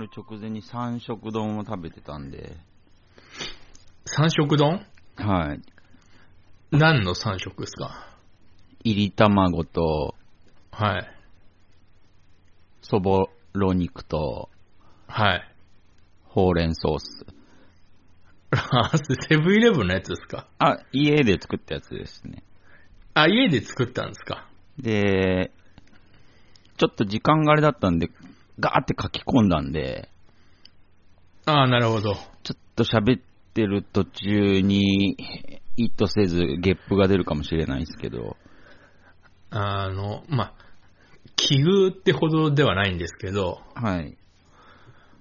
る直前に三色丼を食べてたんで、三色丼はい。何の三色ですか入り卵と、はい。そぼろ肉と、はい。 ほうれんソース。あセブンイレブンのやつですかあ、家で作ったやつですね。あ、家で作ったんですかで、ちょっと時間があれだったんで、ガーって書き込んだんで、ああ、なるほど。ちょっと喋ってる途中に、意図せずゲップが出るかもしれないですけど、あの、まあ、奇遇ってほどではないんですけど、はい。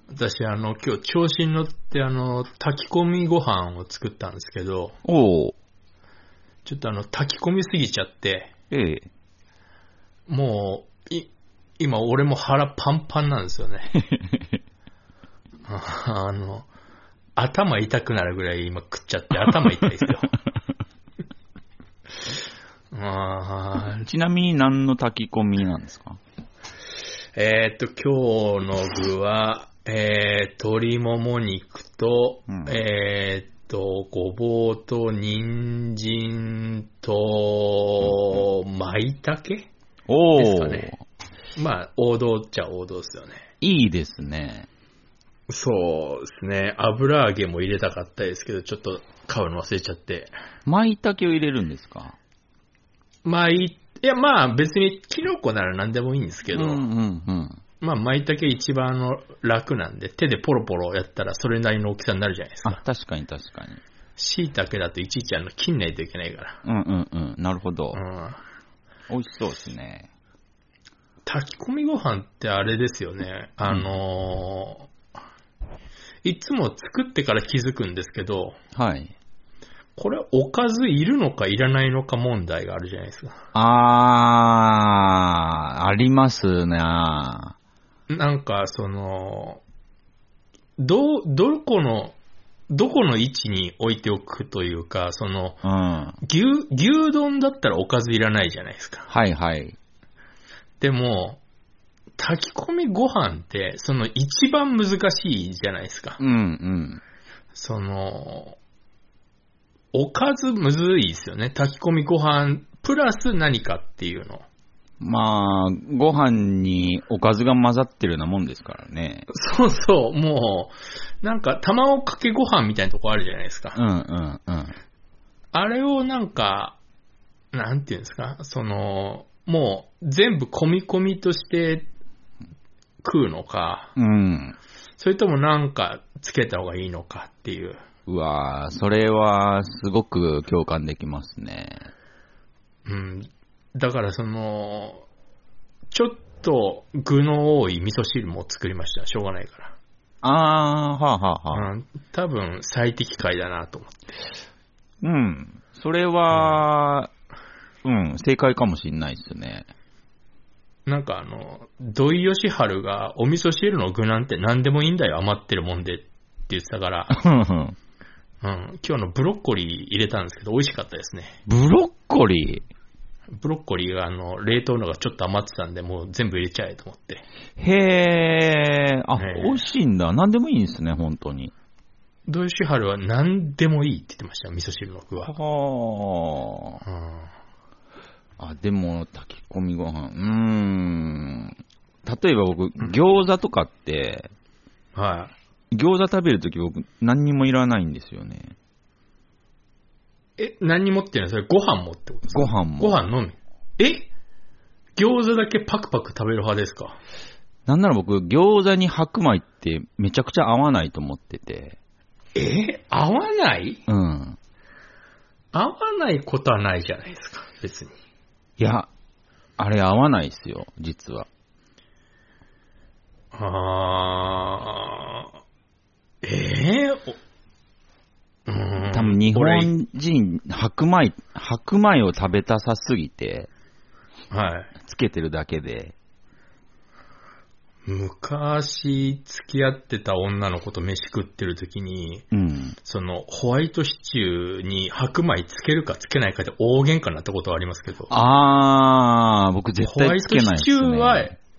私、あの、今日調子に乗って、あの、炊き込みご飯を作ったんですけど、おー、ちょっとあの、炊き込みすぎちゃって、ええ。もう、い、今俺も腹パンパンなんですよね。あの、頭痛くなるぐらい今食っちゃって頭痛いですよ。あーちなみに何の炊き込みなんですかえっ、と、今日の具は、えー、鶏もも肉と、うんえっ、と、ごぼうと、人参と、舞茸おですかー、ねまあ、王道っちゃ王道ですよね。いいですね。そうですね。油揚げも入れたかったですけど、ちょっと買うの忘れちゃって。舞茸を入れるんですかまあ、いい、いや、まあ別にキノコなら何でもいいんですけど、うんうんうん。まあ、舞茸一番あの楽なんで、手でポロポロやったらそれなりの大きさになるじゃないですあ、か。確かに確かに。椎茸だといちいちあの切んないといけないかうんうんうん。なるほど。ら。う美ん。味しそうですね。炊き込みご飯ってあれですよね。あのーいつも作ってから気づくんですけど、はい。これおかずいるのかいらないのか問題があるじゃないですか。あー、ありますね。なんか、その、どう、どこの、どこの位置に置いておくというか、その、うん。は牛、牛丼だったらおかずいらないじゃないですか。いはい。でも、炊き込みご飯って、その一番難しいじゃないですかう。んうん。その、おかずむずいですよね。炊き込みご飯、プラス何かっていうの。まあ、ご飯におかずが混ざってるようなもんですからね。そうそう、もう、なんか卵かけご飯みたいなとこあるじゃないですか。うんうんうん。あれをなんか、なんていうんですか、その、もう全部込み込みとして食うのか、うん。それともなんかつけた方がいいのかっていう。うわー、それはすごく共感できますね。うん。だからその、ちょっと具の多い味噌汁も作りました。しょうがないかあー、はあはあはあ。ら。うん。多分最適解だなと思って。うん。それは、うん、正解かもしんないです ね。なんかあの、土井善晴がお味噌汁の具なんて何でもいいんだよ、余ってるもんでって言ってたから、うん、今日のブロッコリー入れたんですけど、美味しかったですね。ブロッコリーブロッコリーがあの冷凍のがちょっと余ってたんで、もう全部入れちゃえと思って。へー、あ、ねえ美味しいんだ。なんでもいいんですね、本当に。土井善晴は何でもいいって言ってました、味噌汁の具は。はうん、あ。あ、でも、炊き込みご飯。うーん。例えば僕、餃子とかって、は餃子食べるとき僕、何にもいらないんですよね。い。え、何持ってるのそれご飯もってことですかご飯も。ご飯のみ。え餃子だけパクパク食べる派ですかなんなら僕、餃子に白米ってめちゃくちゃ合わないと思ってて。え合わないうん。合わないことはないじゃないですか、別に。いや、あれ合わないですよ、実は。あー。えー、おうーん多分日俺本人、白米、白米を食べたさすぎて、はい。つけてるだけで。昔付き合ってた女の子と飯食ってる時に、うん。そのホワイトシチューに白米つけるかつけないかで大喧嘩になったことはありますけど、あー、僕絶ホワ対イつトけないシですチね。ューは、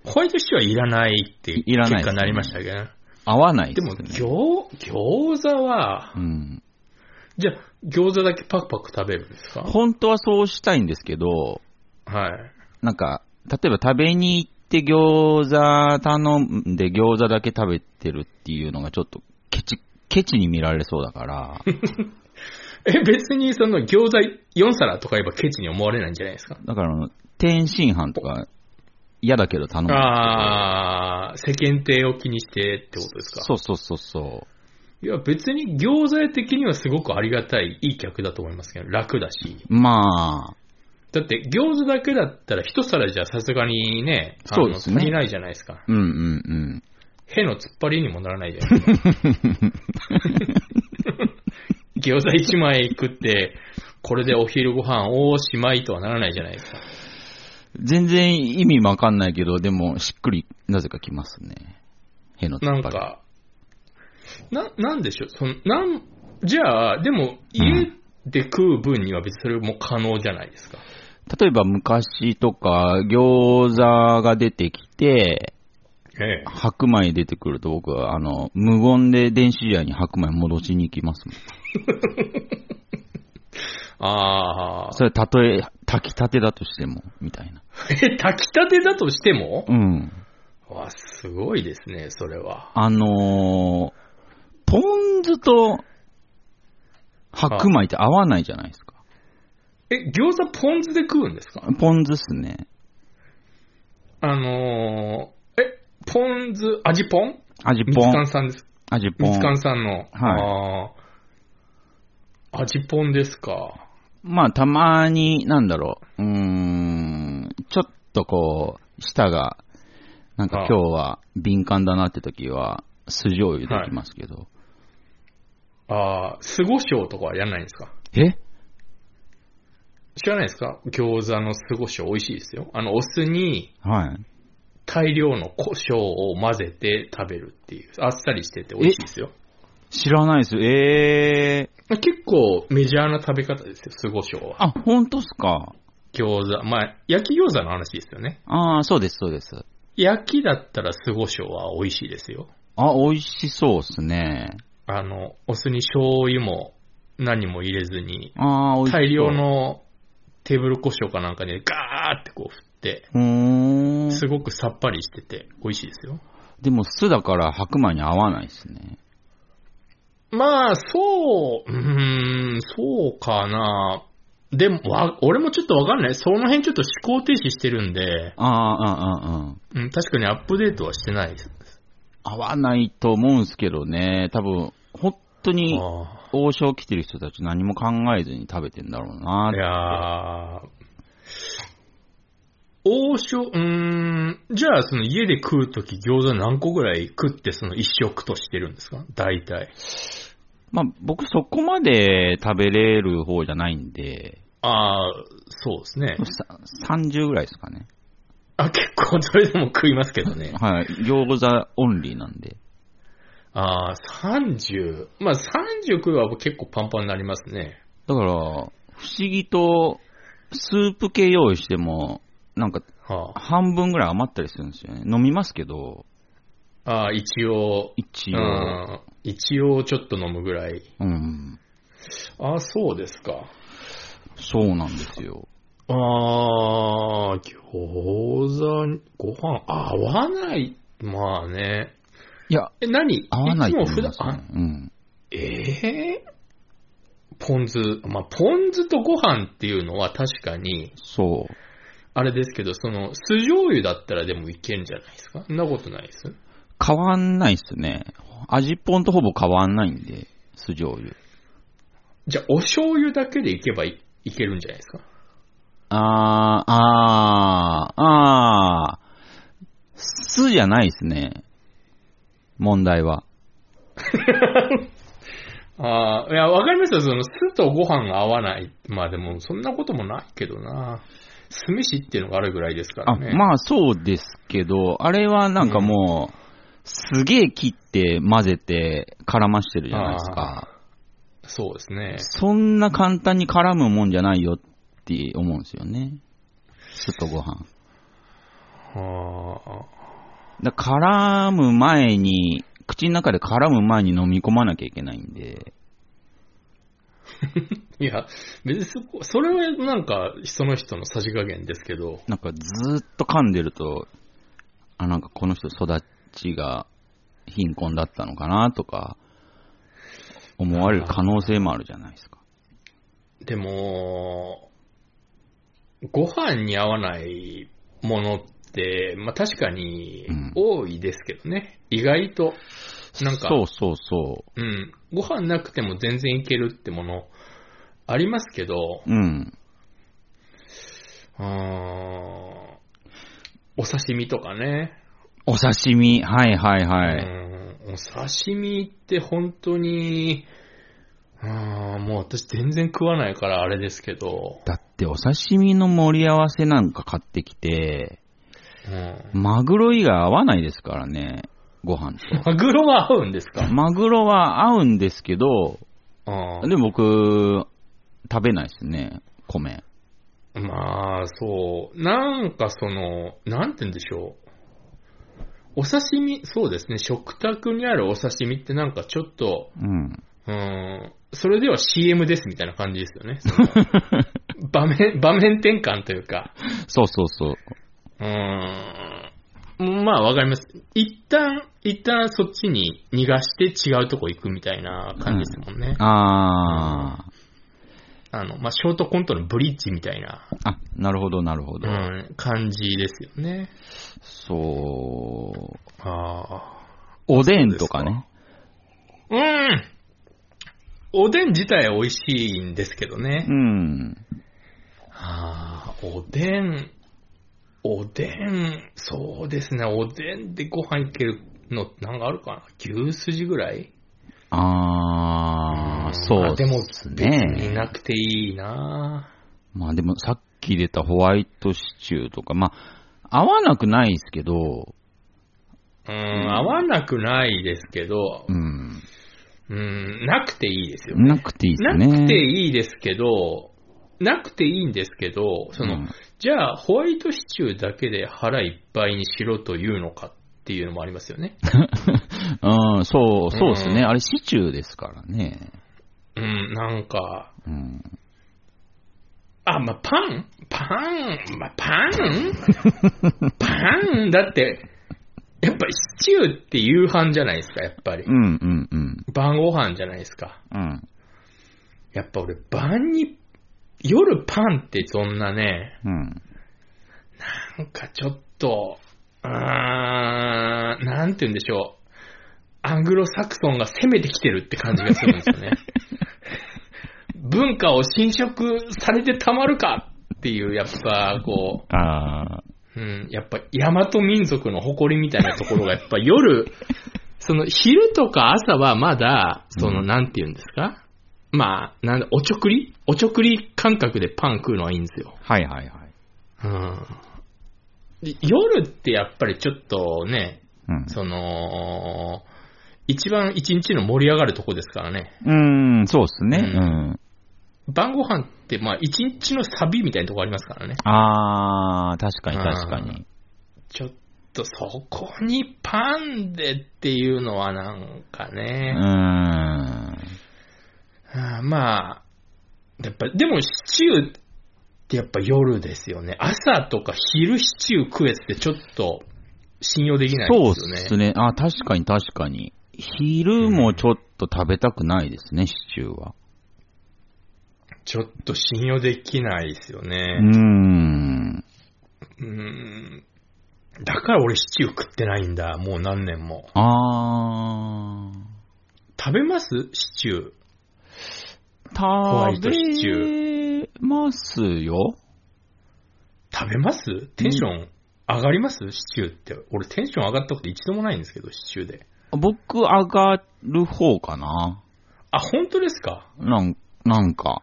ホワイトシチューはいらないっていらないですね結果になりましたけどね。合わないでも、餃、餃子は、うん。じゃあ、餃子だけパクパク食べるんですか本当はそうしたいんですけど、はい。なんか、例えば食べに行って餃子頼んで餃子だけ食べてるっていうのがちょっとケチ、ケチに見られそうだから、え、別にその餃子4皿とか言えばケチに思われないんじゃないですかだからあの、天津飯とか嫌だけど頼む。ああ、世間体を気にしてってことですかそうそうそうそう。いや、別に餃子屋的にはすごくありがたい、いい客だと思いますけど、楽だし。まあ、だって、餃子だけだったら一皿じゃさすがにね、あのそうですね足りないじゃないですか。うんうんうん。への突っ張りにもならないじゃないです か。餃子一枚食って、これでお昼ご飯おしまいとはならないじゃないですか。全然意味わかんないけど、でもしっくり、なぜかきますね。へのつっなんぱり。か、な、なんでしょう、その、なん、じゃあ、でも、家で食う分には別にそれも可能じゃないですか。例えば昔とか、餃子が出てきて、ええ。白米出てくると僕は、あの、無言で電子屋に白米戻しに行きますもん。ああ。それ、たとえ、炊きたてだとしても、みたいな。え、炊きたてだとしてもうん。わ、すごいですね、それは。あのー、ポン酢と白米って合わないじゃないですか。え、餃子ポン酢で食うんですかポン酢っすね。あのー、え、ポン酢、味ポン味みつポかンん。さんです。味ポみつかン。んさんの。あー味ポンですか。まあ、たまに、なんだろう。うーん、ちょっとこう、舌が、なんかああ今日は敏感だなって時は、酢醤油できますけど。ああ、酢ごしょうとかはやらないんですかえ知らないですか餃子の酢ごしょう美味しいですよ。あの、お酢にはい。大量の胡椒を混ぜて食べるっていう。あっさりしてて美味しいですよ。知らないです。えー。結構メジャーな食べ方ですよ、酢ごしょうは。あ、ほんとっすか。餃子。まあ、焼き餃子の話ですよね。ああ、そうです、そうです。焼きだったら酢ごしょうは美味しいですよ。あ、美味しそうっすね。あの、お酢に醤油も何も入れずに、ああ、美味しそう。大量。のテーブル胡椒かなんかでガーってこう振って、うーん。すごくさっぱりしてて美味しいですよ。でも酢だから白米に合わないっすね。まあ、そう、うーん、そうかな。でも、わ、俺もちょっとわかんない。その辺ちょっと思考停止してるんで、ああ、ああ、ああ。うん、確かにアップデートはしてないです。合わないと思うんすけどね。多分、本当にああ王将来てる人たち何も考えずに食べてんだろういな。やー王将、うーん、じゃあその家で食うとき餃子何個ぐらい食ってその一食としてるんですか大体。まあ、僕そこまで食べれる方じゃないんで、ああ、そうですね。さ30ぐらいですかね。あ、結構それでも食いますけどね。はい。餃子オンリーなんで。ああ、30。まあ30食えば結構パンパンになりますね。だから、不思議と、スープ系用意しても、なんか、はあ、半分ぐらい余ったりするんですよね。飲みますけど、ああ、一応、一う応。ん一応ちょっと飲むぐらい。うん。ああ、そうですか。そうなんですよ。あー、餃子に、ご飯、合わない。まあね。いや、え、何合わないつとも思普いま段す、あね。うん。えー、ポン酢。まあ、ポン酢とご飯っていうのは確かに、そう。あれですけど、その、酢醤油だったらでもいけるんじゃないですかそんなことないです。変わんないっすね。味ぽんとほぼ変わんないんで、酢醤油。じゃあ、お醤油だけでいけばいいけるんじゃないですかあー、あー、あー、酢じゃないっすね。問題は。ああ、いや、わかりますよ。その、酢とご飯が合わない。まあでも、そんなこともないけどな。酢飯っていうのがあるぐらいですかあ、らね。まあそうですけど、あれはなんかもう、すげえ切って混ぜて絡ましてるじゃないですか。そうですね。そんな簡単に絡むもんじゃないよって思うんですよね。酢とご飯。ああ。だから絡む前に口の中で絡む前に飲み込まなきゃいけないんで、いや、別にそこ、それはなんか、その人のさじ加減ですけど、なんかずーっと噛んでると、あ、なんかこの人育ちが貧困だったのかなとか、思われる可能性もあるじゃないですか。でも、ご飯に合わないものって、まあ確かにうん多いですけどね。意外と、なんか、そうそうそうん、ご飯なくても全然いけるってものありますけど、う。うん。うーんお刺身とかね。お刺身、はいはいはうい。んお刺身って本当に、うーんもう私全然食わないからあれですけど、だってお刺身の盛り合わせなんか買ってきて、うんマグロ以外合わないですからね、ご飯と。 マグロは合うんですか、マグロは合うんですけど、うんでも僕、食べないですね、米。まあ、そう。なんかその、なんて言うんでしょう。お刺身、そうですね。食卓にあるお刺身ってなんかちょっと、うん。うーん、それでは CM ですみたいな感じですよね。その場面、場面転換というか。そうそうそう。うーん。まあ、わかります。一旦、一旦そっちに逃がして違うとこ行くみたいな感じですもんね。ああの、まあ、ショートコントのブリッジみたいな、ー。あ、なるほど、なるほうど。ん、感じですよね。そう。ああ。おでんとかね。うん。おでん自体美味しいんですけどね。うん。ああ、おでん、おでん、そうですね、おでんでご飯いけるの、なんかあるかな牛すじぐらいあんー、そうでもっす別にね。なくていいなまあでもさっき出たホワイトシチューとか、まあ、合わなくないですけど、うん、合わなくないですけどう、ん。うん、なくていいですよね。なくていいですなね。くていいですけど、なくていいんですけど、その、うんじゃあ、ホワイトシチューだけで腹いっぱいにしろというのかっていうのもありますよね。うん、そう、そうですね。うんあれ、シチューですからね。うん、なんか、うん。あ、まあ、パンパン、まあ、パン パンだって、やっぱりシチューって夕飯じゃないですか、やっぱりう。ん、うん、うん。晩ご飯じゃないですか。うん、やっぱ俺、晩に、夜パンってそんなね、うん。なんかちょっと、うーん、なんて言うんでしょう。アングロサクソンが攻めてきてるって感じがするんですよね。文化を侵食されてたまるかっていう、やっぱこああ、う、うん、やっぱ大和民族の誇りみたいなところが、やっぱ夜、 その昼とか朝はまだ、その、うんなんて言うんですかまあ、なんだおちょくりおちょくり感覚でパン食うのはいいんですよ。はいはいはい。うんで夜ってやっぱりちょっとね、うんその、一番一日の盛り上がるとこですからね。うん、そうですね。ううんん。晩ご飯って、まあ一日のサビみたいなとこありますからね。ああ、確かに確かに。ちょっとそこにパンでっていうのはなんかうね、ん。あーまあ、やっぱ、でもシチューってやっぱ夜ですよね。朝とか昼シチュー食えってちょっと信用できないそうでっすよね。すね。あ確かに確かに。昼もちょっと食べたくないですね、シチューは。ちょっと信用できないですようね。ん。うーん。だから俺シチュー食ってないんだ、もう何年も。ああ。食べますシチュー。ワイ食トシチべますよ。食べますテンション上がりますシチューって。俺テンション上がったこと一度もないんですけど、シチューで。僕、上がる方かな。あ、本当ですかなん、なんか。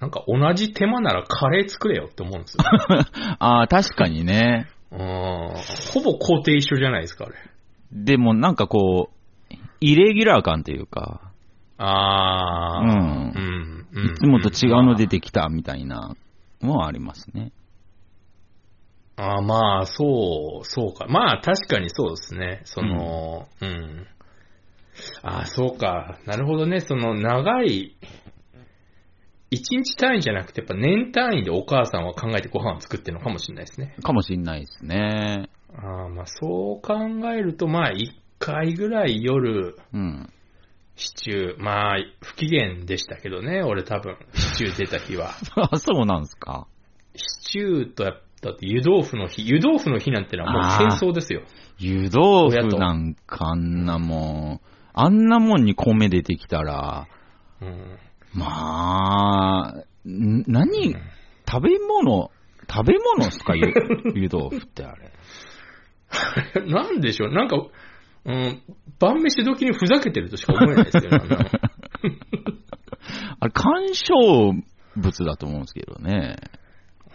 なんか同じ手間ならカレー作れよって思うんですよ。ああ、確かにね。うーん。ほぼ工程一緒じゃないですか、あれ。でもなんかこう、イレギュラー感というか、う。あー。うんん。うんいつもと違うの出てきたみたいなのはありますね。あまあ、そう、そうか。まあ、確かにそうですね。その、うん。ああ、そうか。なるほどね。その、長い、一日単位じゃなくて、やっぱ年単位でお母さんは考えてご飯を作ってるのかもしれないですね。かもしんないですね。ああ、まあ、そう考えると、まあ、一回ぐらい夜、うん。シチュー、まあ、不機嫌でしたけどね、俺多分、シチュー出た日は。あそうなんですか。シチューとやっだって湯豆腐の日、湯豆腐の日なんてのはもう戦争ですよ。湯豆腐なんかあんなもん、あんなもんに米出てきたら、うん。まあ、ん何、食べ物、食べ物っすか、湯湯豆腐ってあれ。なん でしょう、なんか、うん、晩飯時にふざけてるとしか思えな いですよね。あんなのあれ、干渉物だと思うんですけどね。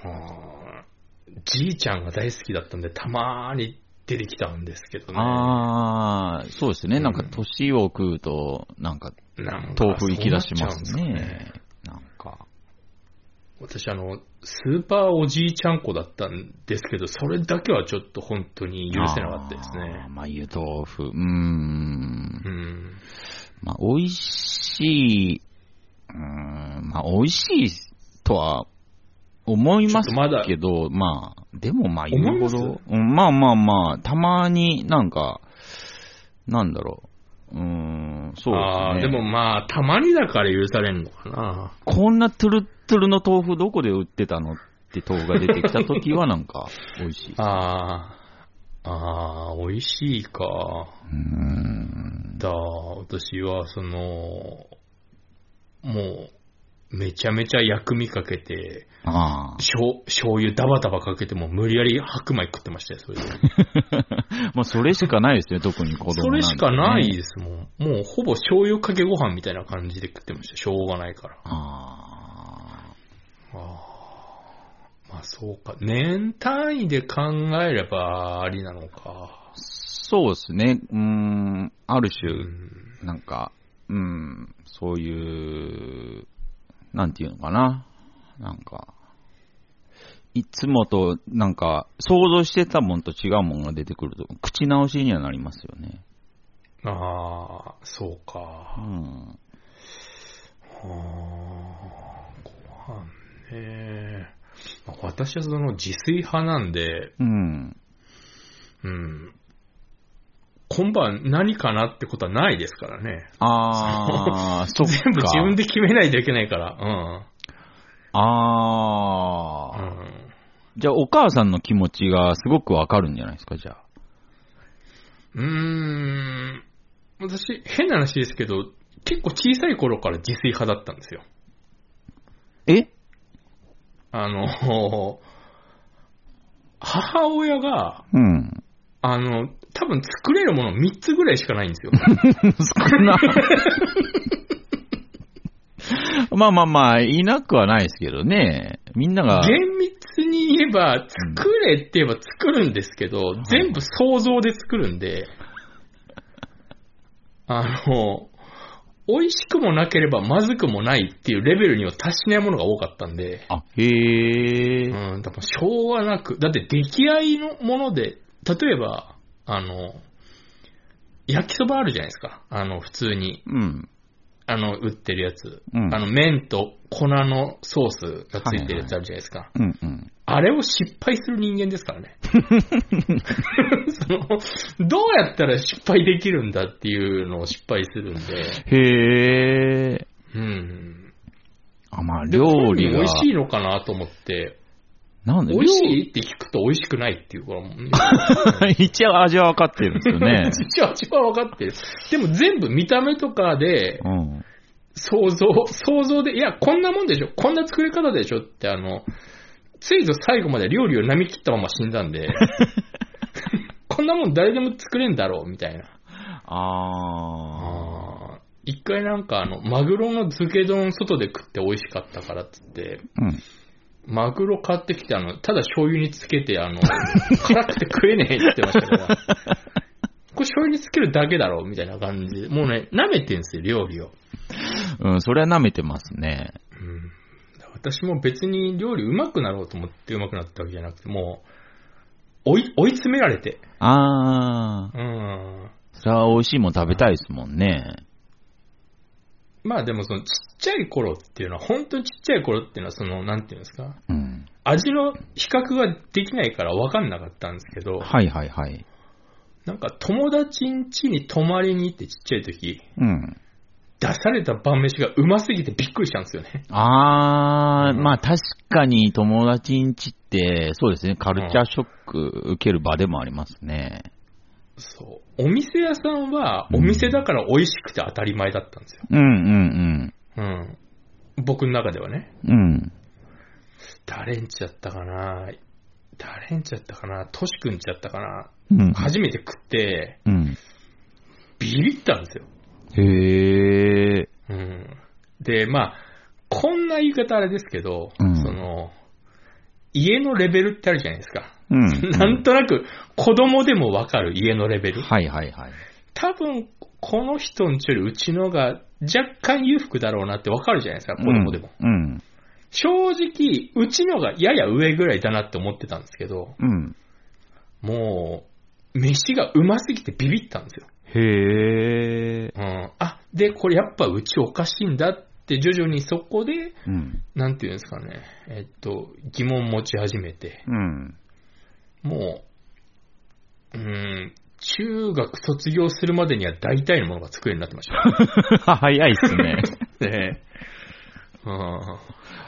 あーじいちゃんが大好きだったんで、たまーに出てきたんですけどね。ああ、そうですね。なんか、うん年を食うと、なんか、なんか豆腐行き出しますそうなっちゃうんですかね。なんか。私、あの、スーパーおじいちゃん子だったんですけど、それだけはちょっと本当に許せなかったですあーね。まあ、湯豆腐。うーん。うん。まあ、美味しい、うーん、まあ、美味しいとは思いますちょっとまだけど、まあ、でもまあ、言思ういほますど、うん、まあまあまあ、たまになんか、なんだろう、うーん、そうああー、ですでね。もまあ、たまにだから許されんのかな。こんなトゥルットゥルの豆腐どこで売ってたのって豆腐が出てきた時はなんか、美味しい。 ああ、ああ、美味しいか。うーん。だ、私は、その、もう、めちゃめちゃ薬味かけて、あ醤醤油ダバダバかけて、もう無理やり白米食ってましたよ、それで。 あ。まあ、それしかないですね、特に子供それしかんなてねいですもん。もうほぼ醤油かけご飯みたいな感じで食ってました。しょうがないから。ああ。あーまあそうか。年単位で考えればありなのか。そうですね。うーん、あるう種、んなんか、うん、そういう、なんていうのかな。なんか、いつもと、なんか、想像してたもんと違うもんが出てくると、口直しにはなりますよね。ああ、そううか。ん。あーご飯ね。まあ私はその自炊派なんで、うん。うん。今晩何かなってことはないですからね。あー、そっか。全部自分で決めないといけないから。あー。うん。うんじゃあ、お母さんの気持ちがすごくわかるんじゃないですか、じゃあ。うーん、私、変な話ですけど、結構小さい頃から自炊派だったんですよ。えあの、母親が、うん。あの、多分作れるもの3つぐらいしかないんですよ。少な。 まあまあまあ、いなくはないですけどね。みんなが。厳密に言えば、作れって言えば作るんですけど、全部想像で作るんで、あの、美味しくもなければまずくもないっていうレベルには達しないものが多かったんで、あ、へえ。うん、だからしょうがなく、だって出来合いのもので、例えば、あの、焼きそばあるじゃないですか。あの、普通に、うん。あの、売ってるやつ。うんあの、麺と粉のソースがついてるやつあるじゃないですか。うんうん。あれを失敗する人間ですからね。 その、どうやったら失敗できるんだっていうのを失敗するんで、へえ。うん。あ、まあ、で料理本人美が。味しいのかなと思って、なんで美味し料いって聞くと美味しくないっていうからもうね、理 一応味は分かってるんですよね。 実は味は分かってる。でも全部見た目とかで、うん。想像、想像で、いや、こんなもんでしょ、こんな作り方でしょって、あの、ついぞ最後まで料理を舐め切ったまま死んだん で、こんなもん誰でも作れんだろう、みたいな。ああー一回なんかあの、マグロの漬け丼外で食って美味しかったからっつって、ー。うん。マグロ買ってきて、あの、ただ醤油につけて、あ の、辛くて食えねえって言ってましたから、これ醤油につけるだけだろ、みたいな感じで、もうね、舐めてんすよ、料理を。うん、それは舐めてますね。うん、私も別に料理うまくなろうと思ってうまくなったわけじゃなくて、もう、追い、追い詰められて。あー、うん。それは美味しいもん食べたいですもんね。まあでもそのちっちゃい頃っていうのは、本当にちっちゃい頃っていうのはその、なんていうんですか、うん。味の比較ができないから分かんなかったんですけど、はいはいはい。なんか友達ん家に泊まりに行ってちっちゃい時、うん。出された晩飯がうますぎてびっくりしたんですよね。あー、うんまあ確かに友達んちって、そうですね、カルチャーショック受ける場でもありますね。そう。お店屋さんは、お店だから美味しくて当たり前だったんですよ。うんうんうん。僕の中ではね。うん。うん。誰んちだったかな誰んちだったかなトシ君んちだったかなうん。初めて食って、うん。ビビったんですよ。へー。うん。で、まあ、こんな言い方あれですけど、うんその、家のレベルってあるじゃないですか。うん。なんとなく子供でもわかる家のレベル。はいはいはい。多分、この人んちよりうちのが若干裕福だろうなってわかるじゃないですか、子供でも。うん。正直、うちのがやや上ぐらいだなって思ってたんですけど、うん。もう、飯がうますぎてビビったんですよ。へー。うん。あ、で、これやっぱうちおかしいんだって徐々にそこで、うん。なんていうんですかね、えっと、疑問持ち始めて、うん。もう、うーん、中学卒業するまでには大体のものが作れるようになってまし早いっすね。た。ね うん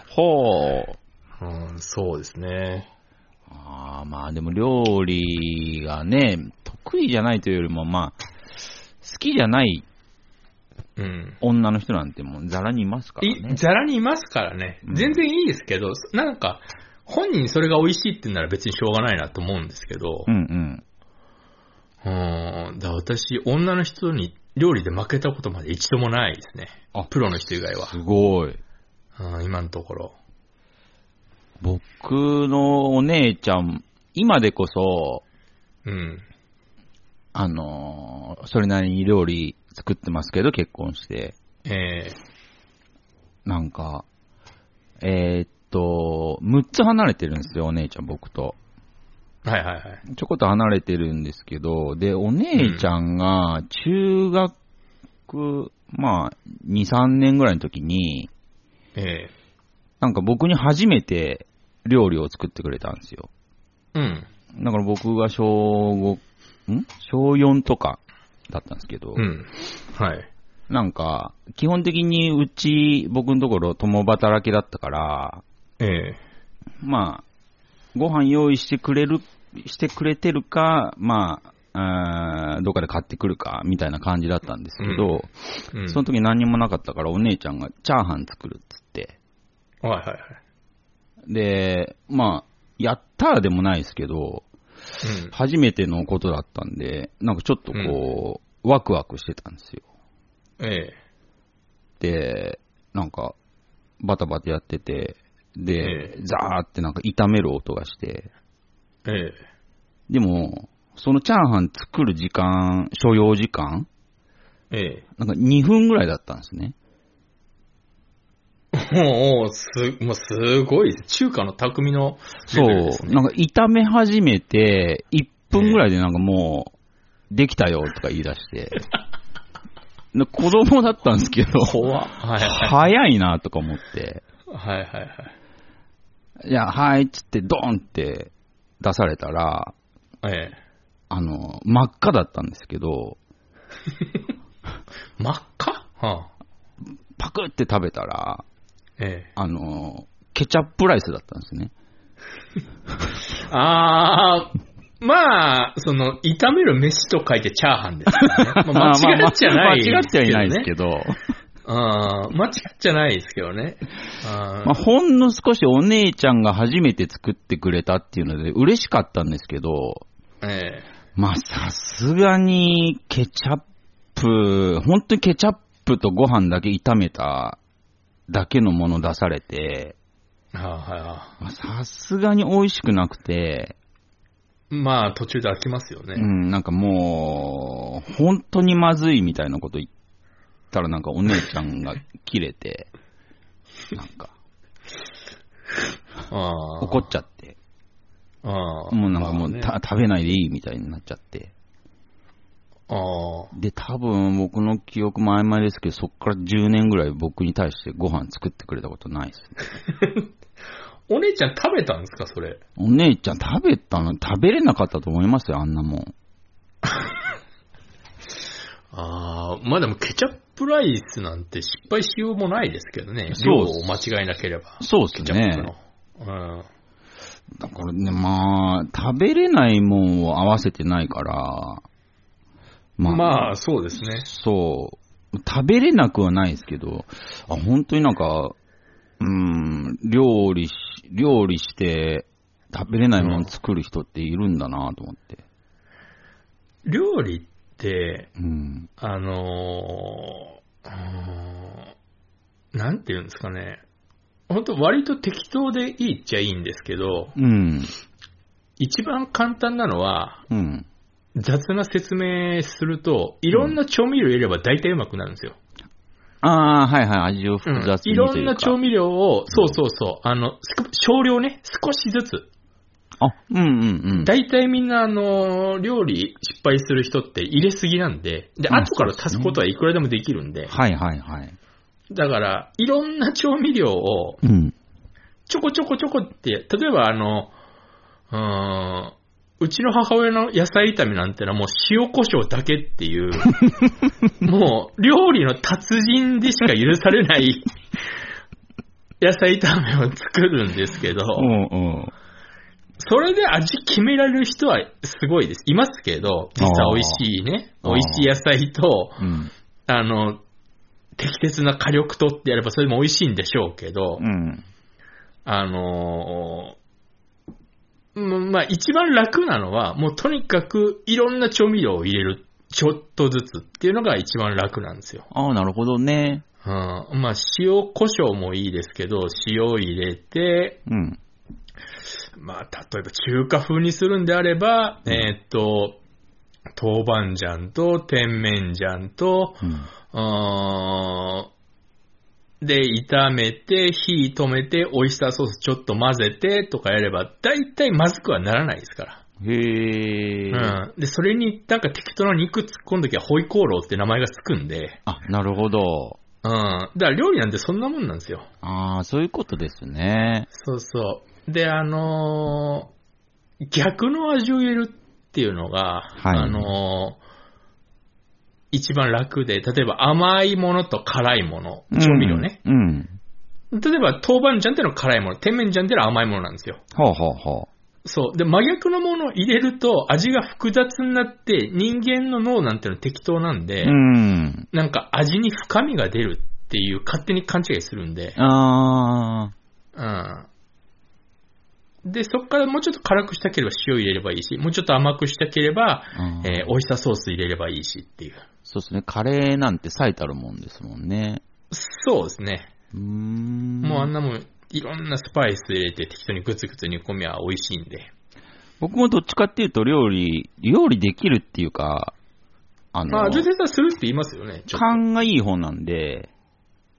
ほう。うん、そうですね。あーまあでも料理がね、得意じゃないというよりも、まあ、好きじゃないうん。女の人なんてもうザラにいますからねい。ざらにいますからねう。ん全然いいですけど、なんか、本人それが美味しいって言うなら別にしょうがないなと思うんですけど、うんうん。うん、だから私、女の人に料理で負けたことまで一度もないですねあ。プロの人以外は。すごい。うん、今のところ。僕のお姉ちゃん、今でこそ、うん。あのーそれなりに料理作ってますけど、結婚して。えなんか、えーっと、6つ離れてるんですよ、お姉ちゃん、僕と。ー、はいはいはい。ちょこっと離れてるんですけど、で、お姉ちゃんが中学、まあ、2、3年ぐらいの時に、えなんか僕に初めて料理を作ってくれたんですよ。ー、うん。だから僕が小5、ん小4とかだったんですけど、うん。はい。なんか、基本的にうち、僕のところ共働きだったから、ええまあ、ご飯用意してくれる、してくれてるか、まあ、あーどっかで買ってくるか、みたいな感じだったんですけど、ー。うん。その時何にもなかったからお姉ちゃんがチャーハン作るっつって、はいはいはい。で、まあ、やったらでもないですけど、うん。初めてのことだったんで、なんかちょっとこう、ワクワクしてたんですよ。えで、なんか、バタバタやってて、えで、ザーってなんか炒める音がして、ー、えでも、そのチャーハン作る時間、所要時間、ー、えなんか2分ぐらいだったんですね。ー。もう、す、もうすごいです。中華の匠のそレベルですう、ねなんか炒め始めて、1分ぐらいでなんかもう、できたよとか言い出 して、で子供だったんですけど、怖っはいは早いなとか思って、い。はいはいはい。いや、はいっつって、ドーンって出されたら、ええあの、真っ赤だったんですけど、真っ赤はあ、パクって食べたら、えあの、ケチャップライスだったんですね。えあー、まあ、その、炒める飯と書いてチャーハンです からね、まあ、間違っちゃない、間違っちゃいないですけど。ど、あー間違っちゃないですけどね。あーまあ、ほんの少しお姉ちゃんが初めて作ってくれたっていうので嬉しかったんですけど、えまあ、さすがにケチャップ、本当にケチャップとご飯だけ炒めただけのもの出されて、えはあはあまあさすがに美味しくなくて、まあ、途中で飽きますようね。ん、なんかもう、本当にまずいみたいなこと言ったらなんかお姉ちゃんが切れ て、なんかああ怒っちゃって。ああ。もうなんかもう、まあねた食べないでいいみたいになっちゃって。ああ。で、多分僕の記憶も曖昧ですけど、そっから10年ぐらい僕に対してご飯作ってくれたことないです。お姉ちゃん食べたんですか、それ。お姉ちゃん食べたの食べれなかったと思いますよ、あんなもん。ああ。まあでも、ケチャップライスなんて失敗しようもないですけどね。そ量うっすを間違えなければ。そうですケチャップねの。。うん。だからね、まあ、食べれないもんを合わせてないから、まあ、まあ、そうですね。そう、食べれなくはないですけど、あ本当になんか、うん、料理し、料理して、食べれないもん作る人っているんだなと思って。料理って、うん。あのーうーんなんていうんですかね。本当割と適当でいいっちゃいいんですけど、うん。一番簡単なのは、うん。雑な説明すると、いろんな調味料入れれば大体うまくなるんですよ。ああ、はいはい、味をうん複雑いにというろか。んな調味料を、そうそうそう、あの、少少量ね、少しずつ。あ、うんうんうん。大体みんな、あのー、料理失敗する人って入れすぎなんで、で、うん後から足すことはいくらでもできるんで、はいはいはい。だから、いろんな調味料をうん。ちょこちょこちょこって、例えばあの、うーん、うちの母親の野菜炒めなんてのはもう塩コショウだけっ ていう、もう料理の達人でしか許されない野菜炒めを作るんですけど、うんうん。それで味決められる人はすごいです。いますけど、実は美味しいね、あー美味しい野菜と、うん。あの、適切な火力とってやればそれも美味しいんでしょうけど、うん。あのーうんまあ一番楽なのは、もうとにかくいろんな調味料を入れる。ちょっとずつっていうのが一番楽なんですよ。ああ、なるほどね。うん、まあ塩、胡椒もいいですけど、塩入れて、うん。まあ例えば中華風にするんであれば、うんえーっと、豆板醤と甜麺醤と、うん。うーんで、炒めて、火止めて、オイスターソースちょっと混ぜてとかやれば、大体まずくはならないですから。へえ。うん。で、それになんか適当な肉突っ込んだ時は、ホイコーローって名前がつくんで、あ、なるほど。うん。だから料理なんてそんなもんなんですよ。ああ、そういうことですね。そうそう。で、あのー逆の味を入れるっていうのが、はいあのー一番楽で、例えば甘いものと辛いもの、調味料ね。うん。うん。例えば、豆板醤っていうのは辛いもの、甜麺醤っていうのは甘いものなんですよ。ほうほうほそう。で、真逆のものを入れると味が複雑になって、人間の脳なんていうのは適当なんで、う。うん。なんか味に深みが出るっていう勝手に勘違いするんで、ああ、うん。で、そこからもうちょっと辛くしたければ塩入れればいいし、もうちょっと甘くしたければ、うんえー、オイスターソース入れればいいしっていう。そうですね。カレーなんて最たるもんですもんね。そうですね。うーん。もうあんなもん、いろんなスパイス入れて適当にグツグツ煮込みは美味しいんで。僕もどっちかっていうと料理、料理できるっていうか、あの、まあ、全然するって言いますよね。ちょっと勘がいい方なんで、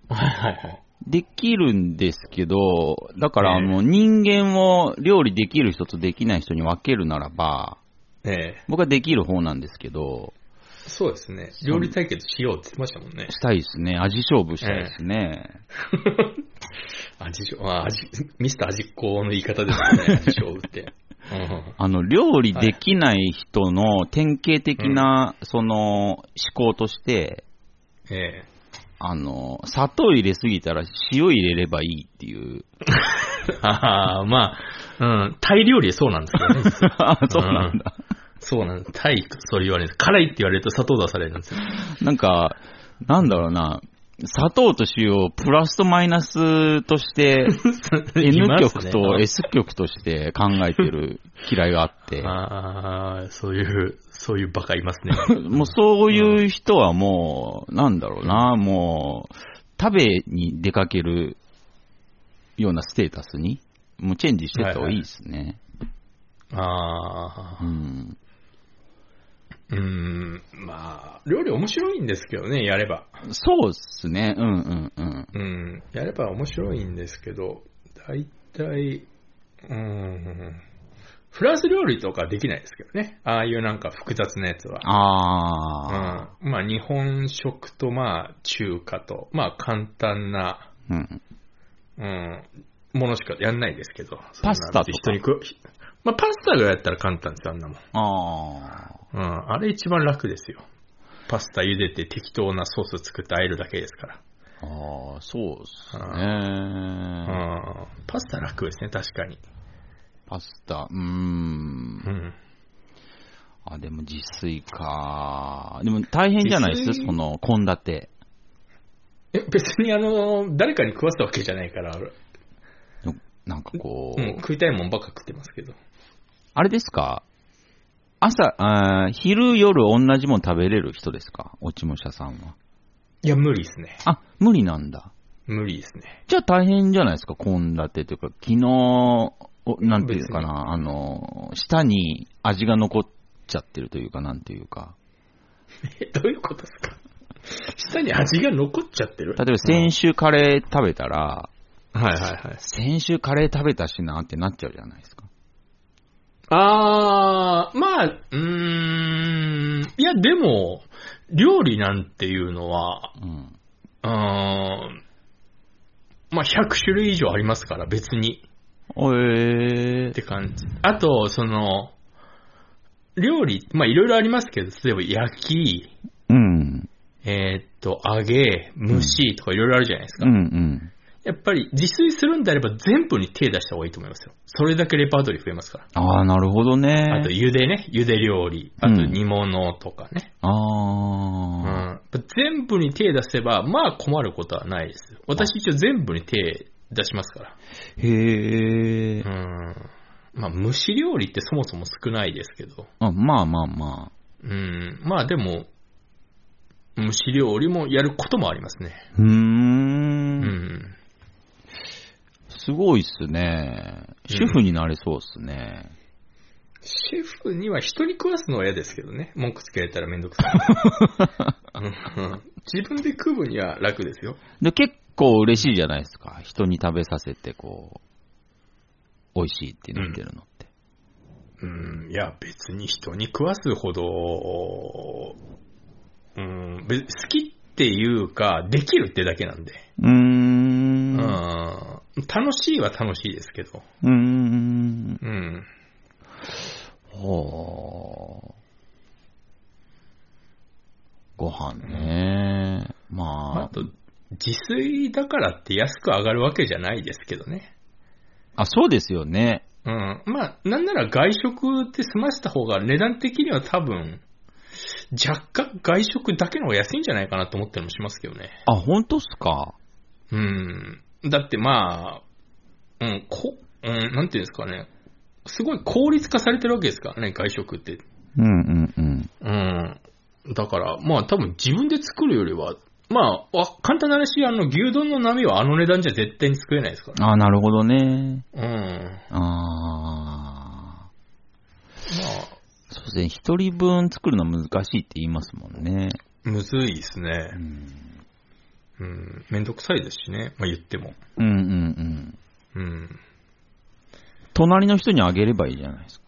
はいはいはい。できるんですけど、だからええもう人間を料理できる人とできない人に分けるならば、ええ。僕はできる方なんですけど、そうですね。料理対決しようって言ってましたもんね。したいですね。味勝負したいですね。味しょ、あ味、ミスター味っ子の言い方ですよ ね。味しょうって。うんあの、料理できない人の典型的な、その、思考として、ええ。あの、砂糖入れすぎたら塩入れればいいっていう。 ああ、まあ、うん。タイ料理そうなんですよ ね。実はあそうなんだ。そうなんです。タイ、それ言われるんです。辛いって言われると砂糖出されるん ですよ。なんか、なんだろうな、砂糖と塩をプラスとマイナスとして、N 極と S 極として考えてる嫌いがあって、ああ、そういう、そういうバカい ますね。 もうそういう人はもう、なんだろうな、もう、食べに出かけるようなステータスに、もうチェンジしてった方がいいですね。ああ、うん。うん、まあ、料理面白いんですけどね、やれば。そうっすね、うんうんうん。うん、やれば面白いんですけど、大体、うん、フランス料理とかできないですけどね。ああいうなんか複雑なやつは。ああ。うん。まあ日本食とまあ中華と、まあ簡単な、うん。うん、ものしかやんないですけど。パスタとかそんな人に食うまあパスタがやったら簡単ですよ、あんなもん。ああ。うん。あれ一番楽ですよ。パスタ茹でて適当なソース作って和えるだけですから。ああ、そうっすね。うん。パスタ楽ですね、確かに。パスタ、うー。うんん。あ、でも自炊か。でも大変じゃないです自炊その、献立。え、別にあの、誰かに食わせたわけじゃないから、なんかこう、うん、食いたいもんばっか食ってますけど。あれですか朝、あー昼、夜同じもん食べれる人ですか落ち武者さんは。いや、無理ですね。あ、無理なんだ。無理ですね。じゃあ大変じゃないですか、献立というか、昨日、おなんていうかな、あの、舌に味が残っちゃってるというか、なんていうか。え、どういうことですか 下に味が残っちゃってる例えば先週カレー食べたら、はいはいはい。先週カレー食べたしなってなっちゃうじゃないですか。あー、まあ、うーん、いや、でも、料理なんていうのは、うん。うーん、まあ、100種類以上ありますから、別に。えって感じ。あと、その、料理、まあ、いろいろありますけど、例えば焼き、うん。えーっと、揚げ、蒸しとかいろいろあるじゃないですうか。んうん。やっぱり自炊するんであれば全部に手出した方がいいと思いますよ。それだけレパートリー増えますかああ、なるほどら。あと、ね。茹でね、茹で料理、あうとん煮物とかね。あうん。あ。全部に手出せば、まあ困ることはないです。私一応全部に手出しますから。へえう。ん。まあ、蒸し料理ってそもそも少ないですけど。あまあまあまうん。まあでも、蒸し料理もやることもありますね。あ。うー。うんん。すごいっすね。主婦になれそうっすね。シェフには人に食わすのは嫌ですけどね。文句つけられたらめんどくさ い。うん自分で食う分には楽ですよ。で、結構嬉しいじゃないですか。人に食べさせて、こう、美味しいってなってるのって。うん、いや、別に人に食わすほど、うん、べ好きっていうか、できるってだけなんで。うー。うん、うん楽しいは楽しいですけど。ーん。うん。ほう。ご飯ね。まああまあ、と、自炊だからって安く上がるわけじゃないですけどね。あ、そうですよね。うん。まあ、なんなら外食って済ませた方が値段的には多分、若干外食だけの方が安いんじゃないかなと思ったりもしますけどね。あ、本当っすか。うん。だってまあ、うん、こ、うん、なんていうんですかね。すごい効率化されてるわけですからね、外食って。うんうんうん。うん。だから、まあ多分自分で作るよりは、まあ、わ簡単な話、あの、牛丼の波はあの値段じゃ絶対に作れないですから。あ、なるほどね。うん。ああ。まあ、そうですね。一人分作るの難しいって言いますもんね。むずいですうね。ん。うん。めんどくさいですしね。まあ言っても。うんうんうん。うん。隣の人にあげればいいじゃないですか。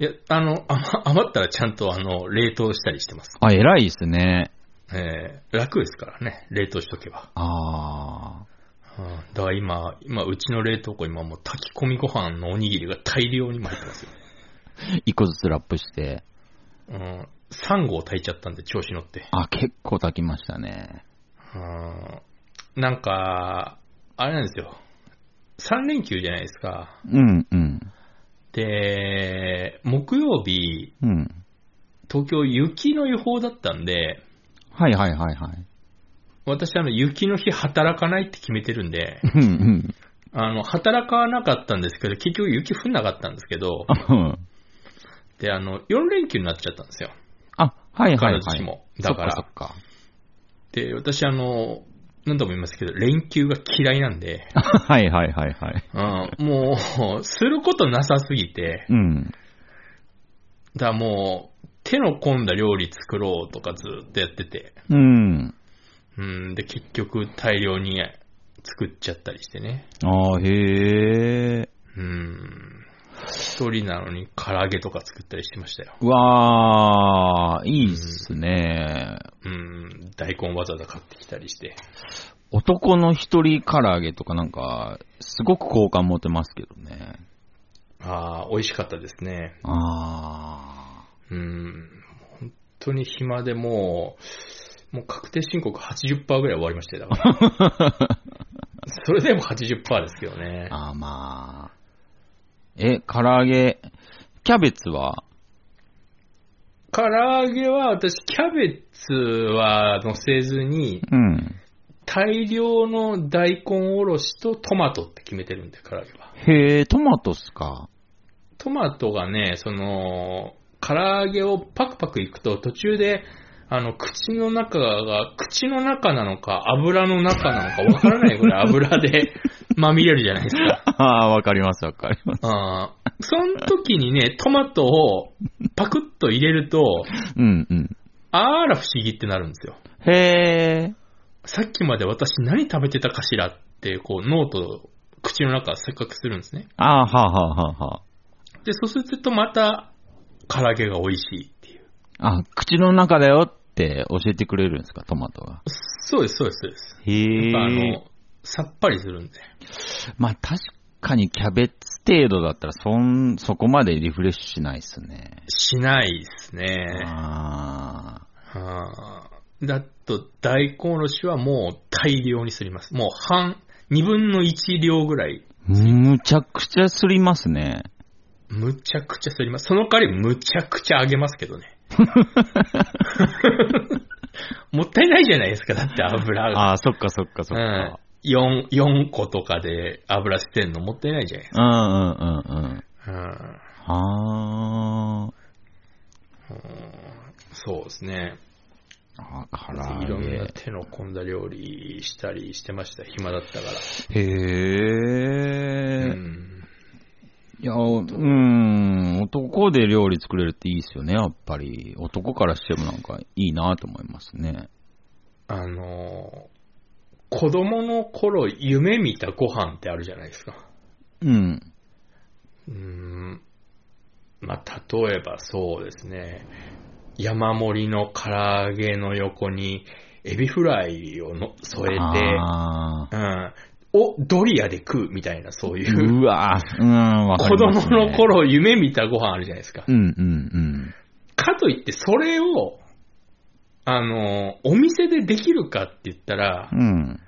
いや、あの、余 余ったらちゃんとあの、冷凍したりしてます。あ、偉いですね。えー、楽ですからね。冷凍しとけば。ああ。うんだから今、今、うちの冷凍庫、今もう炊き込みご飯のおにぎりが大量に巻いてますよ。一個ずつラップして。うん、3合炊いちゃったんで、調子乗って。あ、結構炊きましたね。うん、なんか、あれなんですよ。3連休じゃないですか。うんうん。で、木曜日、うん。東京雪の予報だったんで、はいはいはいはい。私あの雪の日働かないって決めてるん で、うんうんあの、働かなかったんですけど、結局雪降んなかったんですけど、あうん。で、あの、4連休になっちゃったんですよ。あ、はいはい必ずはしい。も。だからそっかで、私あの、何度も言いますけど、連休が嫌いな んで、そっか。はいはいはいはい。うん、もう、することなさすぎて、うん。だからもう、手の込んだ料理作ろうとかずっとやってて、うん。うん、で、結局大量に作っちゃったりしてね。ああ、へえ。うん。一人なのに唐揚げとか作ったりしてましたよ。うわー、いいっすね。うん、大根わざわざ買ってきたりして。男の一人唐揚げとかなんか、すごく好感持てますけどね。ああ、美味しかったですね。あうん、本当に暇でもう、もう確定申告80%ぐらい終わりましたよ、だから。 それでも80%ですけどねー、。あーまあ。え、唐揚げ、キャベツは唐揚げは私、キャベツは乗せずに、うん。大量の大根おろしとトマトって決めてるんで、唐揚げは。へえ、トマトっすか。トマトがね、その、唐揚げをパクパクいくと途中で、あの、口の中が、口の中なのか、油の中なのかわからないぐらい油でまみれるじゃないです か。ああ、わかります、わかります。あーその時にね、トマトをパクッと入れると、うんうん。あら不思議ってなるんですよ。へえ、さっきまで私何食べてたかしらって、こう、ノート、口の中錯覚するんですね。ああ、はあはあはあはで、そうするとまた、唐揚げが美味しいっていう。あ。あ、口の中だよって教えてくれるんですか、トマトが。そうです、そうです、そうです。へやっえ。ぱあの、さっぱりするんで。まあ確かにキャベツ程度だったらそん、そこまでリフレッシュしないっすね。しないですね。あはあだと、大根おろしはもう大量にすります。もう半、二分の一量ぐらい、ーむちゃくちゃすりますね。むちゃくちゃすります。その代わりむちゃくちゃ揚げますけどね。もったいないじゃないですか、だって油が。ああ、そっかそっかそっか。うん、4、四個とかで油捨てんのもったいないじゃないですうんうんうんうん。か。うんはうんそうですね。あ。ああ、い唐揚ろんげな。手の込んだ料理したりしてました、暇だったかへら。え、うんいや、うん、男で料理作れるっていいっすよね、やっぱり。男からしてもなんかいいなと思いますね。あのー、子供の頃夢見たご飯ってあるじゃないですか。うん。うん。まあ、例えばそうですね。山盛りの唐揚げの横に、エビフライをの添えあて、うん。お、ドリアで食うみたいな、そういーう。うわーうん、わか子りま供す、ね。の頃夢見たご飯あるじゃないですかう。んうんかといって、それを、あの、お店でできるかって言ったらう、ん。うん。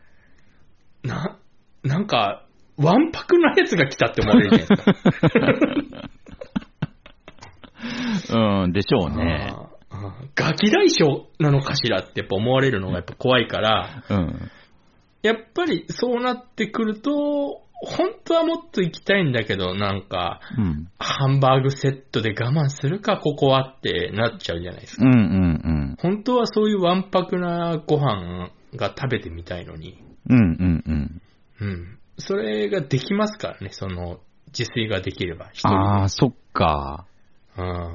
な、なんか、わんぱくなやつが来たって思われるじゃないですか。うん、でしょうね。あーあーガキ大将なのかしらってやっぱ思われるのがやっぱ怖いから、うん。やっぱりそうなってくると、本当はもっと行きたいんだけど、なんか、うん。ハンバーグセットで我慢するか、ここはってなっちゃうじゃないですか。うんうん本当はそういうわんぱくなご飯が食べてみたいのに、うん。うんうんうん。うん。それができますからね、その、自炊ができれば、一人あであ、そっか。うん。あ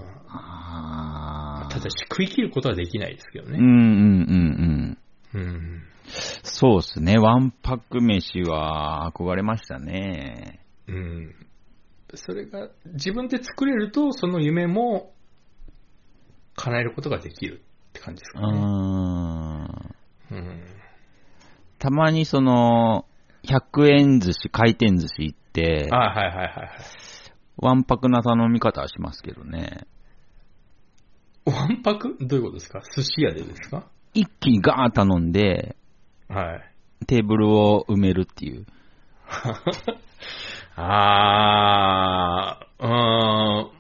あ。ただし、食い切ることはできないですけどうんね。うんうんうん。うん。そうっすね。ワンパック飯は憧れましたね。うん。それが、自分で作れると、その夢も、叶えることができるって感じですうかーね。ん。うん。たまにその、100円寿司、回転寿司行ってあ、はいはいはいはい。ワンパクな頼み方はしますけどね。わんぱくどういうことですか寿司屋でですか一気にガーッ頼んで、はい。テーブルを埋めるっていう。あー、うーん。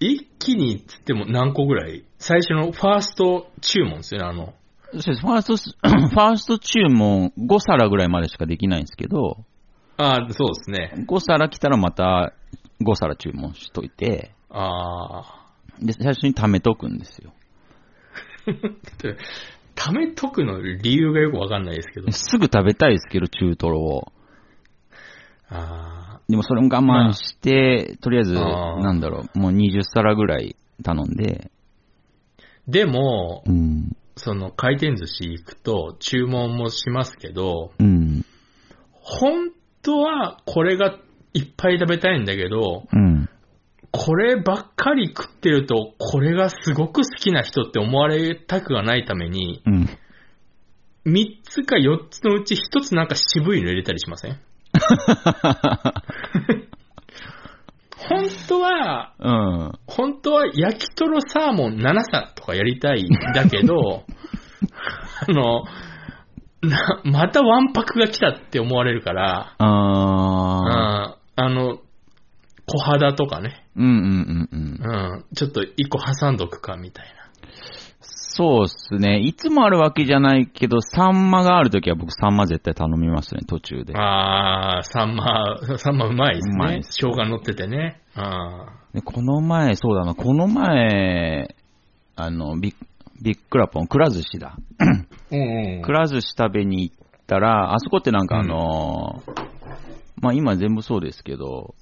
一気にっつっても何個ぐらい最初のファースト注文ですよね、あの。そうです。フ ァーストス、ファースト注文5皿ぐらいまでしかできないんですけど、あーそうですね。 5皿来たらまた5皿注文しといて、あで、最初に貯めとくんですよ。ー。ためとくの理由がよくわかんないですけど。すぐ食べたいですけど、中トロを。あでもそれも我慢して、とりあえず、あーなんだろう、もう20皿ぐらい頼んで、ーでもう、ん、その回転寿司行くと注文もしますけど、うん、本当はこれがいっぱい食べたいんだけど、うん、こればっかり食ってると、これがすごく好きな人って思われたくがないために、うん。 3つか4つのうち1つなんか渋いの入れたりしません本当は、うん。本当は焼きとろサーモン7さとかやりたいんだけ ど、あの、なまたワンパクが来たって思われるから、うん、あー。あの、小肌とかね、うんうんうんうんう。ん、ちょっと一個挟んどくかみたいそうっすね。いつもあるわけじゃないけど、サンマがあるときは僕サンマ絶対頼みますね、途中で。な。あー、サンマ、サンマうまいですうまいねで。す生姜乗っててね。あでこの前、そうだな、この前、あの、ビッビックラポン、くら寿司だ。ーうんくら寿司食べに行ったら、あそこってなんかあのーまあ今全部そうですけど、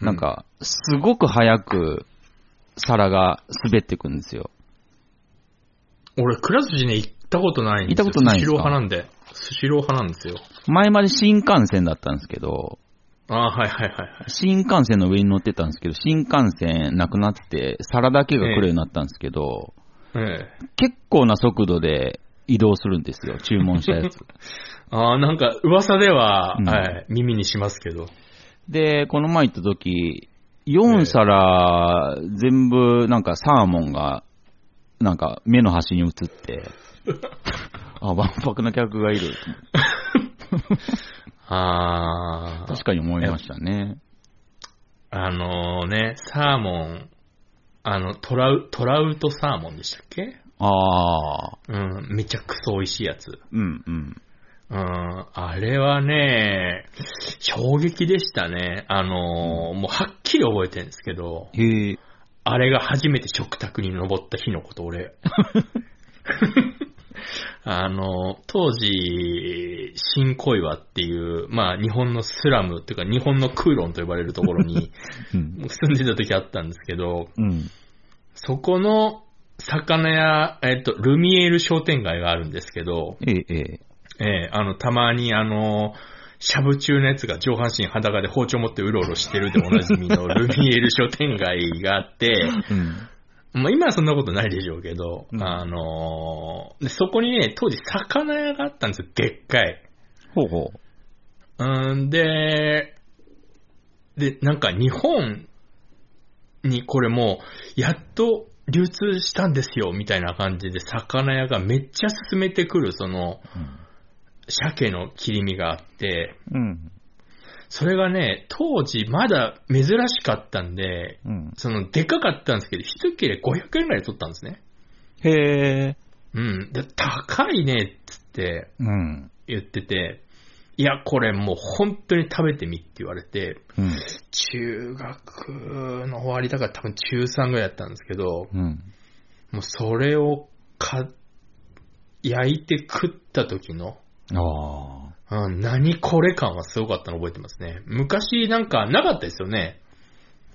うんなんか、すごく早く皿が滑ってくんですよ。俺、くら寿司ね、行ったことないんですよ。行ったことないんでスシすかロー派なんで。スシロー派なんですよ。前まで新幹線だったんですけど、あー、はいはいはいはい。新幹線の上に乗ってたんですけど、新幹線なくなって、皿だけが来るようになったんですけど、ええ結構な速度で移動するんですよ、注文した やつ。ああ、なんか、噂では、うんはい、耳にしますけど。で、この前行った時、4皿全部なんかサーモンが、なんか目の端に映って、 あ、万博の客がいる。ああ、確かに思いましたね。あのね、サーモン、あの、トラウ、トラウトサーモンでしたっけああ、うん、めちゃくそ美味しいやつ。うんうん。うん、あれはね、衝撃でしたね。あのもうはっきり覚えてるんですけど、へえ。あれが初めて食卓に登った日のこと、俺。あの、当時、新小岩っていう、まあ日本のスラムっていうか日本の空論と呼ばれるところにうん。住んでた時あったんですけど、うん。そこの魚屋、えっと、ルミエール商店街があるんですけど、ええ、ええ。ええあの、たまにあの、シャブ中のやつが上半身裸で包丁持ってうろうろしてるでおなじみのルミエール商店街があって、うん。まあ今はそんなことないでしょうけど、うんあのーでそこにね、当時魚屋があったんですよ、でっかい。ほうほうんで、で、なんか日本にこれもう、やっと流通したんですよ、みたいな感じで、魚屋がめっちゃ進めてくる、その、鮭の切り身があって、う。うん。それがね、当時まだ珍しかったんで、うん。その、でかかったんですけど、一切れ500円ぐらいで取ったんですね。へえ。うん。で、高いね、っつってうん。言ってて、いや、これもう本当に食べてみって言われて、うん。中学の終わりだから多分中3ぐらいだったんですけど、うん。もうそれをか、焼いて食った時の、ああ。うん、何これ感はすごかったの覚えてますね。昔なんかなかったですよね。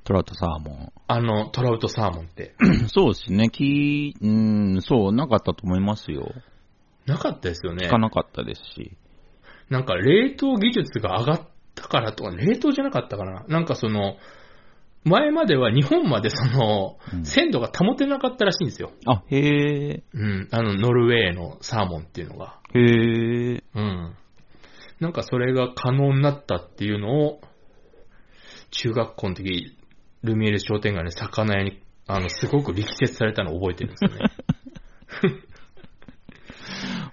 トラウトサー モあの、トラウトサーモンって。ン。そうですね。き、うん、そう、なかったと思いますよ。なかったですよね聞。かなかったですし。なんか冷凍技術が上がったからとか、冷凍じゃなかったかな。なんかその、前までは日本までそのう、ん鮮度が保てなかったらしいんですよ。あ、へえ、うん。あの、ノルウェーのサーモンっていうのが。へえ、うん。なんかそれが可能になったっていうのを、中学校の時、ルミエール商店街の魚屋に、あの、すごく力説されたのを覚えてるんですよね。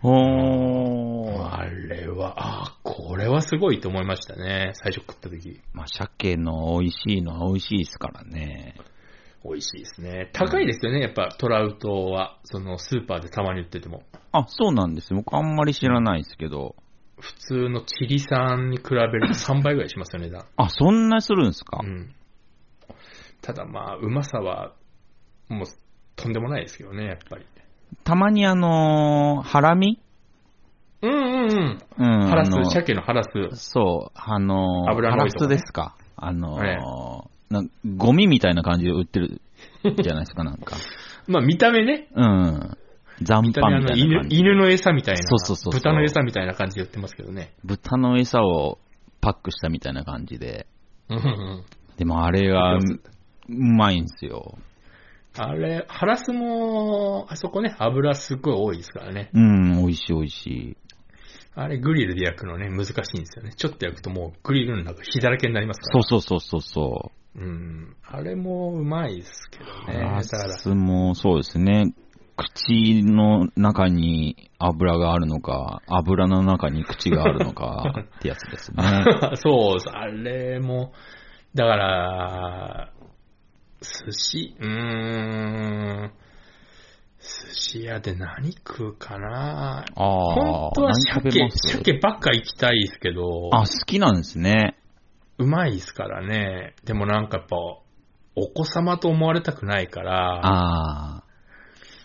おー。あれは、あーこれはすごいと思いましたね。最初食った時。まあ、鮭の美味しいのは美味しいですからね。美味しいですね。高いですよね、やっぱトラウトは、そのスーパーでたまに売ってても。あ、そうなんです。僕あんまり知らないですけど。普通のチリ産に比べる と3倍ぐらいしますよね、値段。あ、そんなするんですか、うん。ただまあ、うまさは、もう、とんでもないですけどね、やっぱり。たまにあのーハラミうんうんうん。うん。ハラスあの、鮭のハラス。そう、あのー、油のハ多ラいとこスねですか。あのーえなんゴミみたいな感じで売ってるじゃないですか、なんか。 まあ見た目ね。うん。残見た飯目みあのたいな犬感じ。犬の餌みたいな。そうそうそうそう豚の餌みたいな感じで売ってますけどね。豚の餌をパックしたみたいな感じで。うんうんうん。でもあれが売ってまうまいんですよ。あれ、ハラスも、あそこね、油すっごい多いですからね。うん、美味しい美味しい。あれ、グリルで焼くのね、難しいんですよね。ちょっと焼くともうグリルの中火だらけになりますかそら。うそうそうそうそう。う。ん。あれもうまいですけどね。ハラだから、スもそうですね。口の中に油があるのか、油の中に口があるのかってやつですね。 そうです。あれも、だから、寿司、うーん、寿司屋で何食うかなああ、本当は何食べ鮭ま、す鮭ばっか行きたいですけど、あ、好きなんですね。うまいですからね。でもなんかやっぱ、お子様と思われたくないから、あ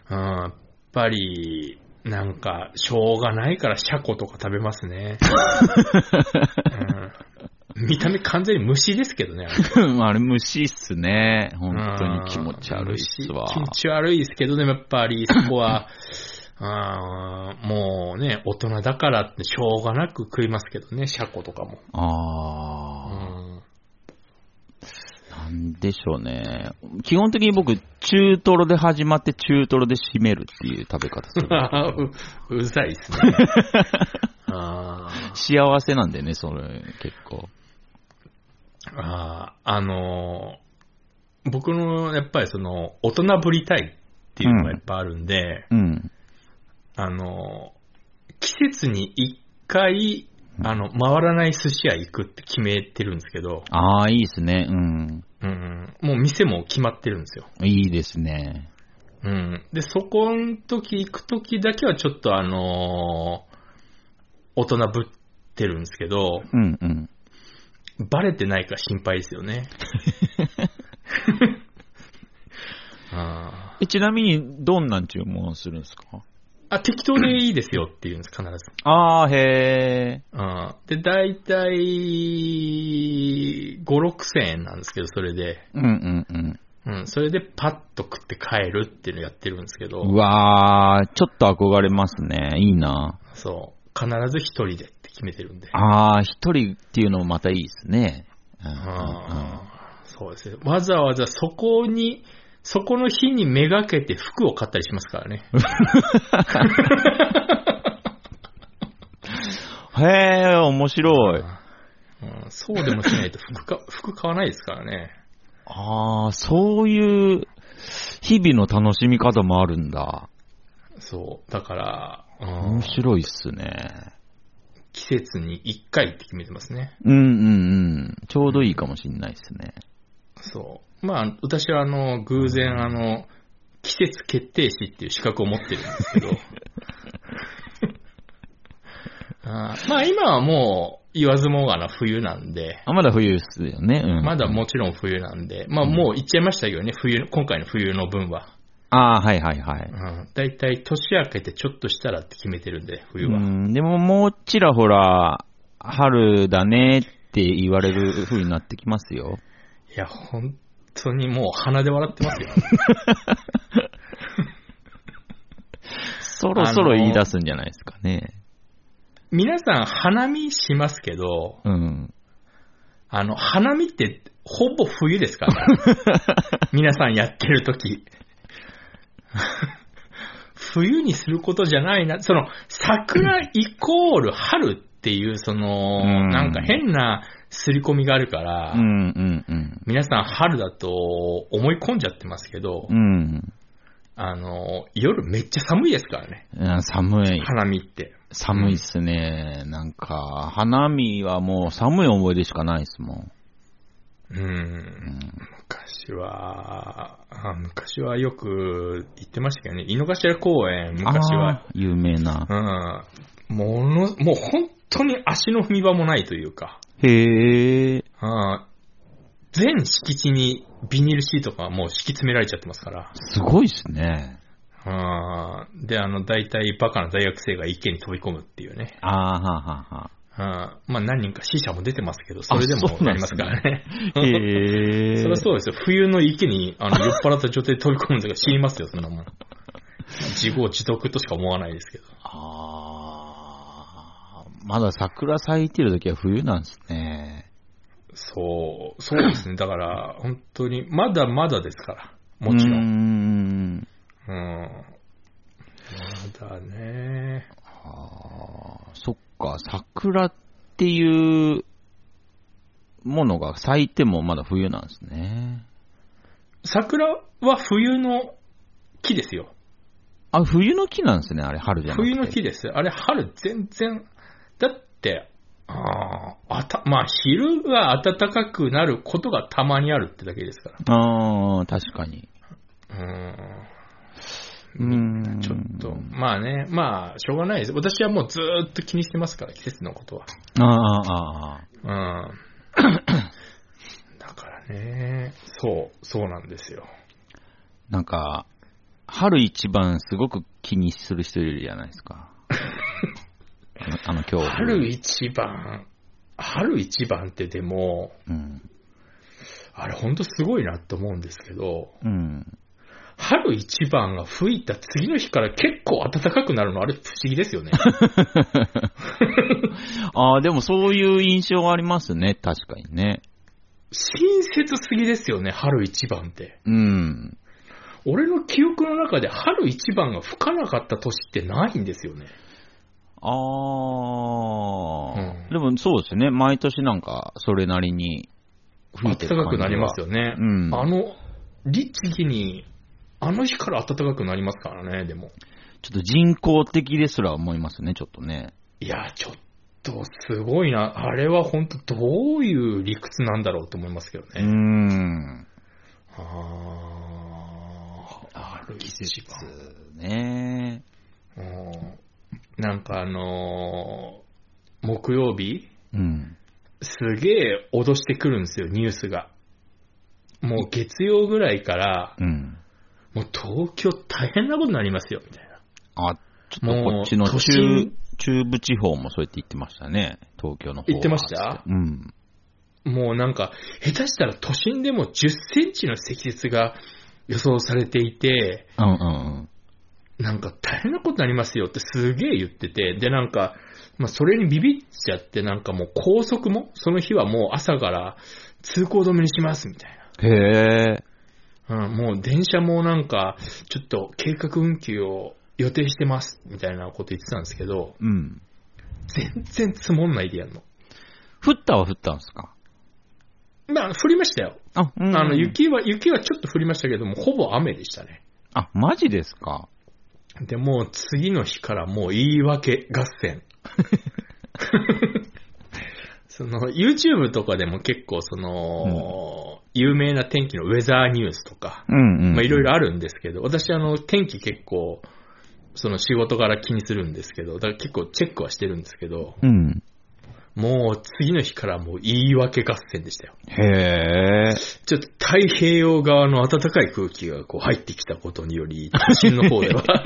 あ、うん、やっぱり、なんか、しょうがないからシャコとか食べま すね。うん、見た目完全に虫ですけどね、あれ あれ虫っすね。本当に気持ち悪いっすわうん。気持ち悪いですけど、でもやっぱりそ こは、うんもうね、大人だからってしょうがなく食いますけどね、シャコとかも。うああ、なん、んでしょうね。基本的に僕、中トロで始まって中トロで締めるっていう食べ方する。 ううざいですね。あー幸せなんでね、それ、結構。あー、あのー僕のやっぱりその、大人ぶりたいっていうのがやっぱあるんで、うん。あのー季節に一回、あの、回らない寿司屋行くって決めてるんですけど、ああ、いいですね。うん。うん、もう店も決まってるんですよ。いいですね。うん。で、そこの時行く時だけはちょっとあのー大人ぶってるんですけど、うんうん。バレてないか心配ですよ ね。あーえちなみに、どんなん注文するんですかあ、適当でいいですよっていうんです、必 ず。ああ、へえ。うん、で、大体、5、6千円なんですけど、それで。うんうんうん。うん、それでパッと食って帰るっていうのやってるんですけど。うわー、ちょっと憧れますね。いいな。そう。必ず一人でって決めてるんで。ああ、一人っていうのもまたいいですね。うんうんうんあーそうですね。わざわざそこに、そこの日にめがけて服を買ったりしますからね。へえ、面白い。うん、そうでもしないと 服か服買わないですからね。ああ、そういう日々の楽しみ方もあるんだ。そう。だから、うん面白いっすね。季節に一回って決めてますね。うんうんうん。ちょうどいいかもしんないですね。そう。まあ、私はあの、偶然あの、季節決定士っていう資格を持ってるんですけど。 あーまあ今はもう言わずもがな冬なんで、あ、まだ冬っすよね。うん。まだもちろん冬なんで、まあもう行っちゃいましたけどね、冬、今回の冬の分は。ああ、はいはいはい。うん。だいたい年明けてちょっとしたらって決めてるんで、冬うは。ん、でももうちらほら、春だねって言われる風になってきますよ。いや、本当にもう鼻で笑ってますよ。そろそろ言い出すんじゃないですかね。皆さん花見しますけど、うん。あの、花見ってほぼ冬です から、ね、皆さんやってる時。冬にすることじゃないな、その、桜イコール春っていう、その、うんなんか変な刷り込みがあるから、うんうんうん。皆さん春だと思い込んじゃってますけど、うんあの、夜めっちゃ寒いですからね、うん。寒い。花見って。寒いっすね。なんか、花見はもう寒い思い出しかないっすもん。うん。昔は、あ昔はよく行ってましたけどね、井の頭公園、昔はあ、ー。有名な。うん、もの、もう本当に足の踏み場もないというか、へえ。うん、全敷地にビニールシートがもう敷き詰められちゃってますから、すごいっすね。うん、で、あの、大体バカな大学生が池に飛び込むっていうね。ああ、はあはあまあ何人か死者も出てますけど、それでもあそうななんでりますすねからね。あはあ。へ え。そりゃそうですよ。冬の池にあの酔っ払った状態で飛び込むんだから死にますよ、そんなもん。自業自得としか思わないですけど。ああ、まだ桜咲いてる時は冬なんですね。そう、そうですね。だから、本当に、まだまだですから。もちろん。ん。うん。まだね。あーそっか、桜っていうものが咲いてもまだ冬なんですね。桜は冬の木ですよ。あ、冬の木なんですね、あれ、春じゃなくて。冬の木です。あれ、春全然、だって、あーあた、まあ、昼が暖かくなることがたまにあるってだけですから。ああ、確かに。うん。うん。ちょっと、まあね、まあ、しょうがないです。私はもうずーっと気にしてますから、季節のことは。ああ、ああ。うん。だからね、そう、そうなんですよ。なんか、春一番すごく気にする人いるじゃないです か。あの、あの今日。春一番、春一番ってでも、うん。あれほんとすごいなって思うんですけど、うん。春一番が吹いた次の日から結構暖かくなるの、あれ不思議です よね。ああ、でもそういう印象はありますね、確かにね。親切すぎですよね、春一番って。うん。俺の記憶の中で春一番が吹かなかった年ってないんですよね。ああ、うんでもそうですね、毎年なんか、それなりに吹いてる感暖かじくはなりますよね。うんあの、律儀に、あの日から暖かくなりますからね、でも。ちょっと人工的ですら思いますね、ちょっとね。いや、ちょっとすごいな。あれは本当どういう理屈なんだろうと思いますけどうーね。ん。ああ、ある季一節番。ね。うんなんかあのー木曜日うん。すげえ脅してくるんですよ、ニュースが。もう月曜ぐらいから、うん。もう東京大変なことになりますよ、みたいな。あ、ちょっとこっちのもう都中心、中部地方もそうやって言ってましたね。東京の方は言ってましたうん。もうなんか、下手したら都心でも10センチの積雪が予想されていて、うんうんなんか大変なことになりますよってすげえ言ってて、でなんか、まあそれにビビっちゃってなんかもう高速も、その日はもう朝から通行止めにしますみたいな。うん。へえ。うん、もう電車もなんか、ちょっと計画運休を予定してますみたいなこと言ってたんですけど、うん。全然積もんないでやんの。降ったは降ったんですかまあ降りましたよ。あ、うんあの雪は、雪はちょっと降りましたけども、ほぼ雨でしたね。あ、マジですかで、もう次の日からもう言い訳合 戦。その、YouTube とかでも結構その、有名な天気のウェザーニュースとか、うんうん。まあいろいろあるんですけど、私あの、天気結構、その仕事から気にするんですけど、だから結構チェックはしてるんですけど、うん。もう次の日からもう言い訳合戦でしたよ。へえ。ちょっと太平洋側の暖かい空気がこう入ってきたことにより、都心の方では、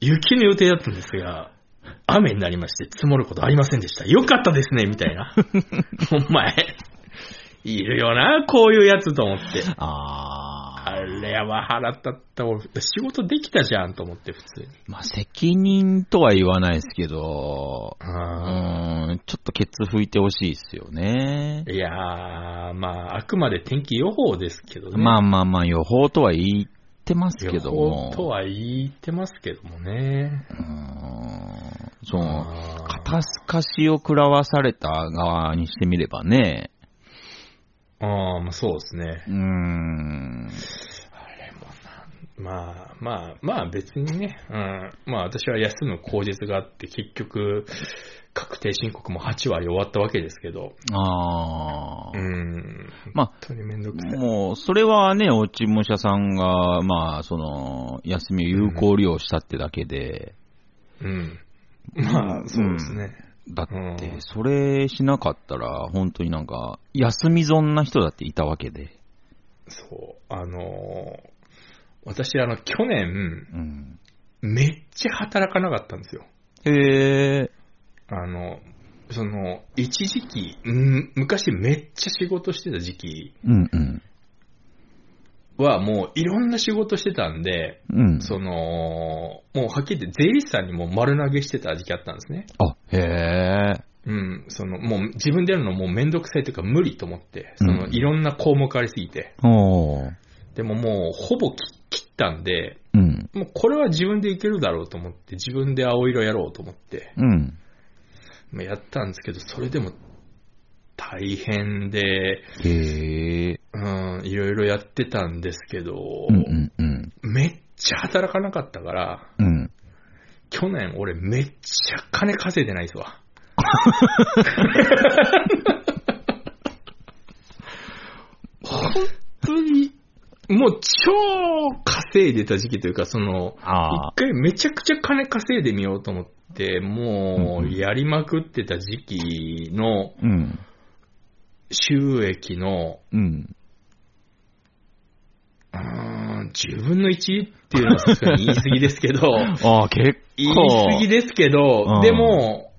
雪の予定だったんですが、雨になりまして積もることありませんでした。よかったですね、みた いな。お前、いるよな、こういうやつと思って。あー。あれは腹立った。俺、仕事できたじゃんと思って、普通に。まあ、責任とは言わないですけど、うあーん、ちょっとケツ拭いてほしいですよね。いやー、まあ、あくまで天気予報ですけどね。まあまあまあ、予報とは言ってますけ予ども。報とは言ってますけどもね。うーんその、あー肩透かしを食らわされた側にしてみればね、あー、まあそうですねう。ーん、まあまあまあ別にね、うん、まあ私は休む口実があって結局確定申告も8割終わったわけですけど、あうーん、ま本当にめんどくさあ、い。もう、それはね、落ち武者さんが、まあ、その、休みを有効利用したってだけで、うん。まあそうですね。だって、うんそれしなかったら、本当になんか、休み損な人だっていたわけで、そう、あのー私あの去年うん。めっちゃ働かなかったんですよ。へえ、あの、その、一時期、うん昔めっちゃ仕事してた時期うんうん。はもういろんな仕事してたんで、うん。その、もうはっきり言って税理士さんにも丸投げしてた時期あったんですね。あ、へえ。うん、その、もう自分でやるのもうめんどくさいというか無理と思って、その、うんいろんな項目ありすぎて、おー。でももうほぼ切切ったんで、うん。もうこれは自分でいけるだろうと思って、自分で青色やろうと思って、うん。まあやったんですけど、それでも大変で、へえ。うん、いろいろやってたんですけど、うんうんうん。めっちゃ働かなかったから、うん。去年俺めっちゃ金稼いでないですわ。本当に、もう超稼いでた時期というか、その、あ一あ。回めちゃくちゃ金稼いでみようと思って、もうんううんやりまくってた時期のうん。収益の、うん。うーん、10分の 1? っていうのはさすがに言い過ぎですけど、 ああ、結構。言い過ぎですけど、うんでも、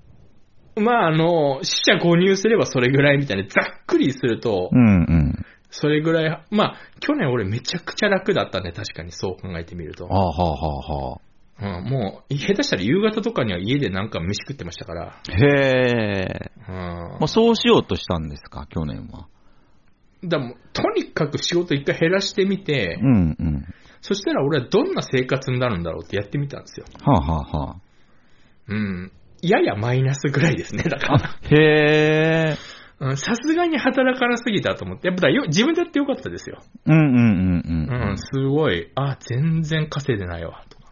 まああの、死者購入すればそれぐらいみたいな、ざっくりするとう、んうん。それぐらい、まあ、去年俺めちゃくちゃ楽だったんで、確かにそう考えてみるとあ。あ、はあはあはあ。うん、もう、下手したら夕方とかには家でなんか飯食ってましたから。へえ。うんもうそうしようとしたんですか、去年は。だからもうとにかく仕事一回減らしてみて、うんうん。そしたら俺はどんな生活になるんだろうってやってみたんですよ。はあはあはうん。ややマイナスぐらいですね、だかあ。ら。あ、へえ。うんさすがに働かなすぎたと思って。やっぱだよ自分でやってよかったですよ。うんうんうんううんん、。すごい。あ、全然稼いでないわ。とか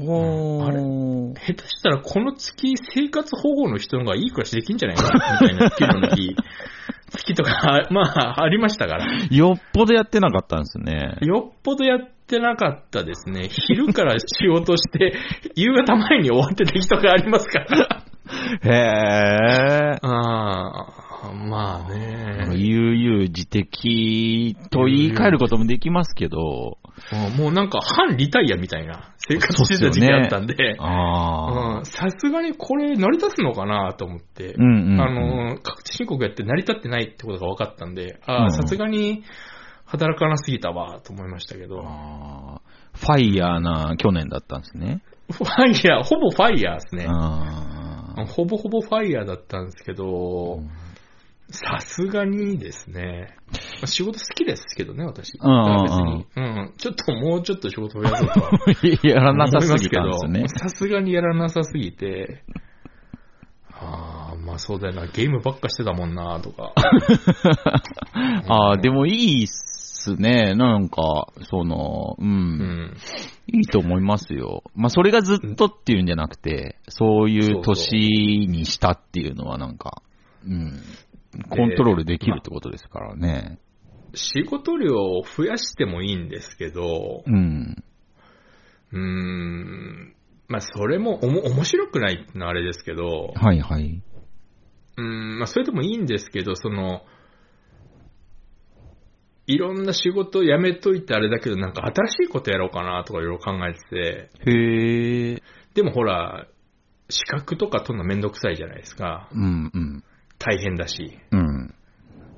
おー。下手したらこの月生活保護の人の方がいい暮らしできんじゃないかな、みたいな、給料の日、 月とか、 まあ、ありましたから。よっぽどやってなかったんですね。よっぽどやってなかったですね。昼から仕事して、 夕方前に終わってた人がありますから。へえ。 ああ、まあね。悠々自適と言い換えることもできますけど、もうなんか半リタイアみたいな生活してた時期だったんで、ああ、うんさすがにこれ成り立つのかなと思って、うんうんうんあの、確定申告やって成り立ってないってことが分かったんで、あうあ、んさすがに働かなすぎたわと思いましたけど、あーファイヤーな去年だったんですね。ファイヤー、ほぼファイヤーですね。あーほぼほぼファイヤーだったんですけど、さすがにですね、まあ仕事好きですけどね、私。うんうんうん別にうん、ちょっともうちょっと仕事をやろうとはやら 思ないさますすぎけたんどですね。さすがにやらなさすぎて、ああ、まあそうだよな、ゲームばっかしてたもんな、とか。 ああ、でも、もいいっすね。なんか、その、う、うんん。いいと思いますよ。まあ、それがずっとっていうんじゃなくて、そういう年にしたっていうのはなんか、うん、コントロールできるってことですからね。仕事量を増やしてもいいんですけど、うん。うーん、まあそれもおも面白くないってのはあれですけど、はいはい。うん、まあ、それでもいいんですけど、その、いろんな仕事辞めといてあれだけど、なんか新しいことやろうかなとかいろいろ考えてて、へえ。でもほら、資格とか取るのめんどくさいじゃないですか。うんうん。大変だし。うん。だか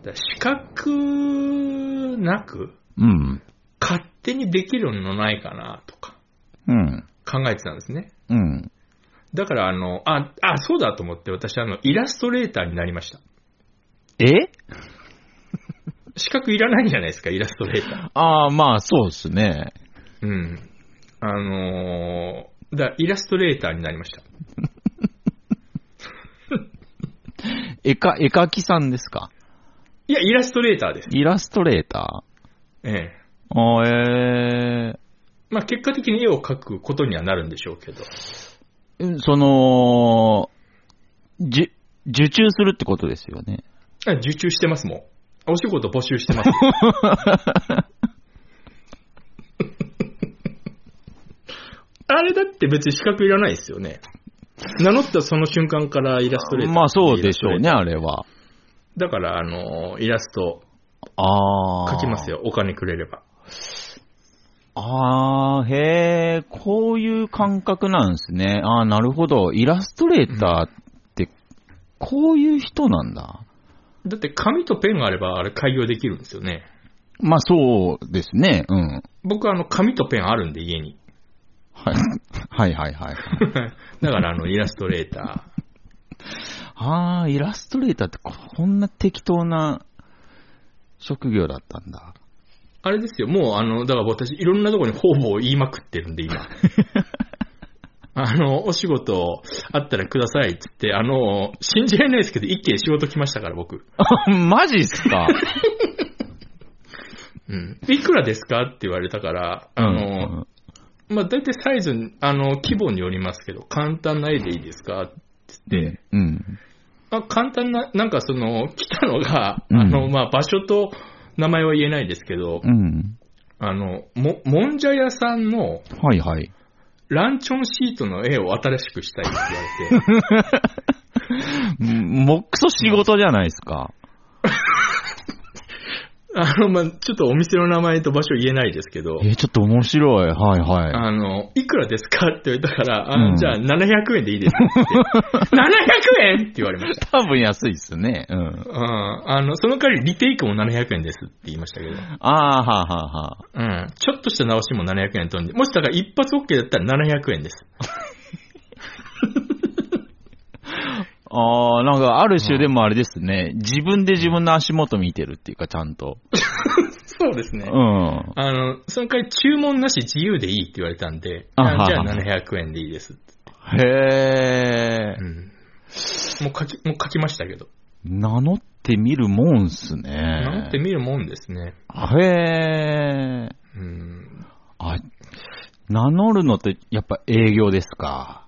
ら資格なく、うん。勝手にできるのないかなとかうん。考えてたんですね。うん。だからあの、あ、あ、そうだと思って私あの、イラストレーターになりました。え資格いらないじゃないですか、イラストレーター。ああ、まあ、そうですね。 うん。あのーだイラストレーターになりました。絵か、絵描きさんですかいや、イラストレーターです。イラストレータええ。ーあえまあ、結果的に絵を描くことにはなるんでしょうけど。えー、その、じゅ、受注するってことですよね。あ受注してますもん。お仕事募 集してます。 あれだって別に資格いらないですよね。名乗ったその瞬間からイラストレーター。まあ、そうでしょうね、。あれは。だから、あのーイラストああ。描きます。よ。お金くれれば。ああ、へえ、こういう感覚なんですね。ああ、なるほど。イラストレーターって、こういう人なんだ。だって紙とペンがあればあれ開業できるんですよね。まあ、そうですね。うん。僕あの紙とペンあるんで家に。 はい、はいはいはいはい。だからあのイラストレータああ、イラストレーターってここんな適当な職業だったん だ。あれですよ、もう、あの、だから私、いろんなとこに方々言いまくってるんで、 今。あの、お仕事あったらくださいっつって、あの、信じられないですけど、一件仕事来ましたから、僕。あマジっす かうん。いくらですかって言われたから、あの、うんまあ、大体サイズ、あの、規模によりますけど、簡単な絵でいいですかって言って、うん。まあ、簡単な、なんかその、来たのが、うんあの、まあ、場所と名前は言えないですけどう、ん。あの、も、もんじゃ屋さんのはいはい。ランチョンシートの絵を新しくしたいって言 われて、もっくそ仕事じゃないですか。あの、まあ、ちょっとお店の名前と場所言えないですけど、え、ちょっと面白い。はいはい。あの、いくらですかって言われたから、あのうんじゃあ700円でいいですって言 って700円って言われました。多分安いっすね。うん。うんあの、その代わりリテイクも700円ですって言いましたけど。ああー、はあはあはあ。うん。ちょっとした直しも700円飛んで、もしだから一発 OK だったら700円です。ああ、なんかある種でもあれですね。自分で自分の足元見てるっていうか、ちゃんと。そうですうね。ん。あの、その代わり注文なし自由でいいって言われたんで、ああじゃはあは700円でいいです。へえう。ん。もう書き、もう書きましたけど。名乗ってみるもんっすね。なんて見るもんですね。へえ。うん。あ、名乗るのってやっぱ営業ですか。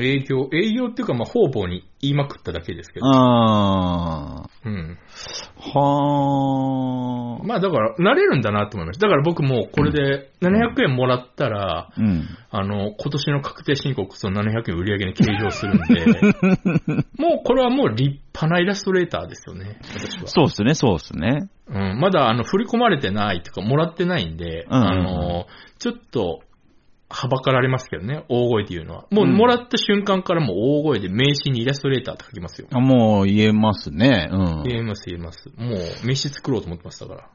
営業、営業っていうか、まあ、方々に言いまくっただけですけど。ああ。うん。はあ。まあ、だから、慣れるんだなと思いました。だから僕もうこれで700円もらったら、うん。あの、今年の確定申告、その700円売り上げに計上するんで、 もうこれはもう立派なイラストレーターですよね、私は。そうっすね、そうっすね。うん、まだあの振り込まれてないとか、もらってないんで、うんうんうんあの、ちょっと、はばかられますけどね、大声で言うのは。もううんもらった瞬間からもう大声で名刺にイラストレーターって書きますよ。あもう言えますね。うん。言えます、言えます。もう、飯作ろうと思ってました から。